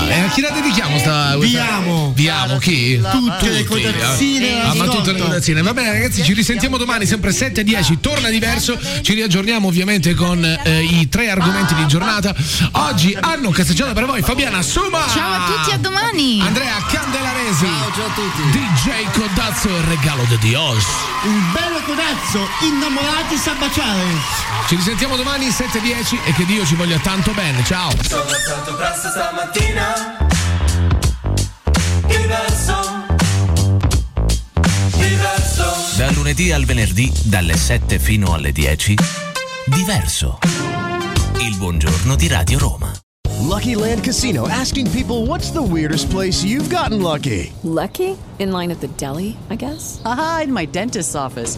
Speaker 4: e a chi la dedichiamo sta
Speaker 7: Vi
Speaker 4: questa-
Speaker 7: amo.
Speaker 4: Vi amo chi?
Speaker 7: Tutte le
Speaker 4: Tutti,
Speaker 7: codazzine
Speaker 4: eh. Ah, ma
Speaker 7: ascolto.
Speaker 4: tutte le codazzine. Va bene ragazzi, ci risentiamo domani sempre 7:10, torna diverso. Ci riaggiorniamo ovviamente con eh, i tre argomenti di giornata. Oggi hanno casseggiato per voi Fabiana Suma.
Speaker 5: Ciao a tutti, a domani.
Speaker 4: Andrea Candelaresi. Ciao a tutti. DJ Codazzo e il regalo di Dios.
Speaker 7: Un bello codazzo, innamorati sa baciare.
Speaker 4: Ci risentiamo domani 7:10 e che Dio ci voglia tanto bene. Ciao.
Speaker 2: Sono stato presto stamattina. Diverso. Diverso.
Speaker 9: Da lunedì al venerdì, dalle 7 fino alle 10. Diverso. Il buongiorno di Radio Roma.
Speaker 12: (laughs) Lucky Land Casino asking people what's the weirdest place you've gotten lucky?
Speaker 22: Lucky? In line at the deli, I guess? Aha, in my dentist's office.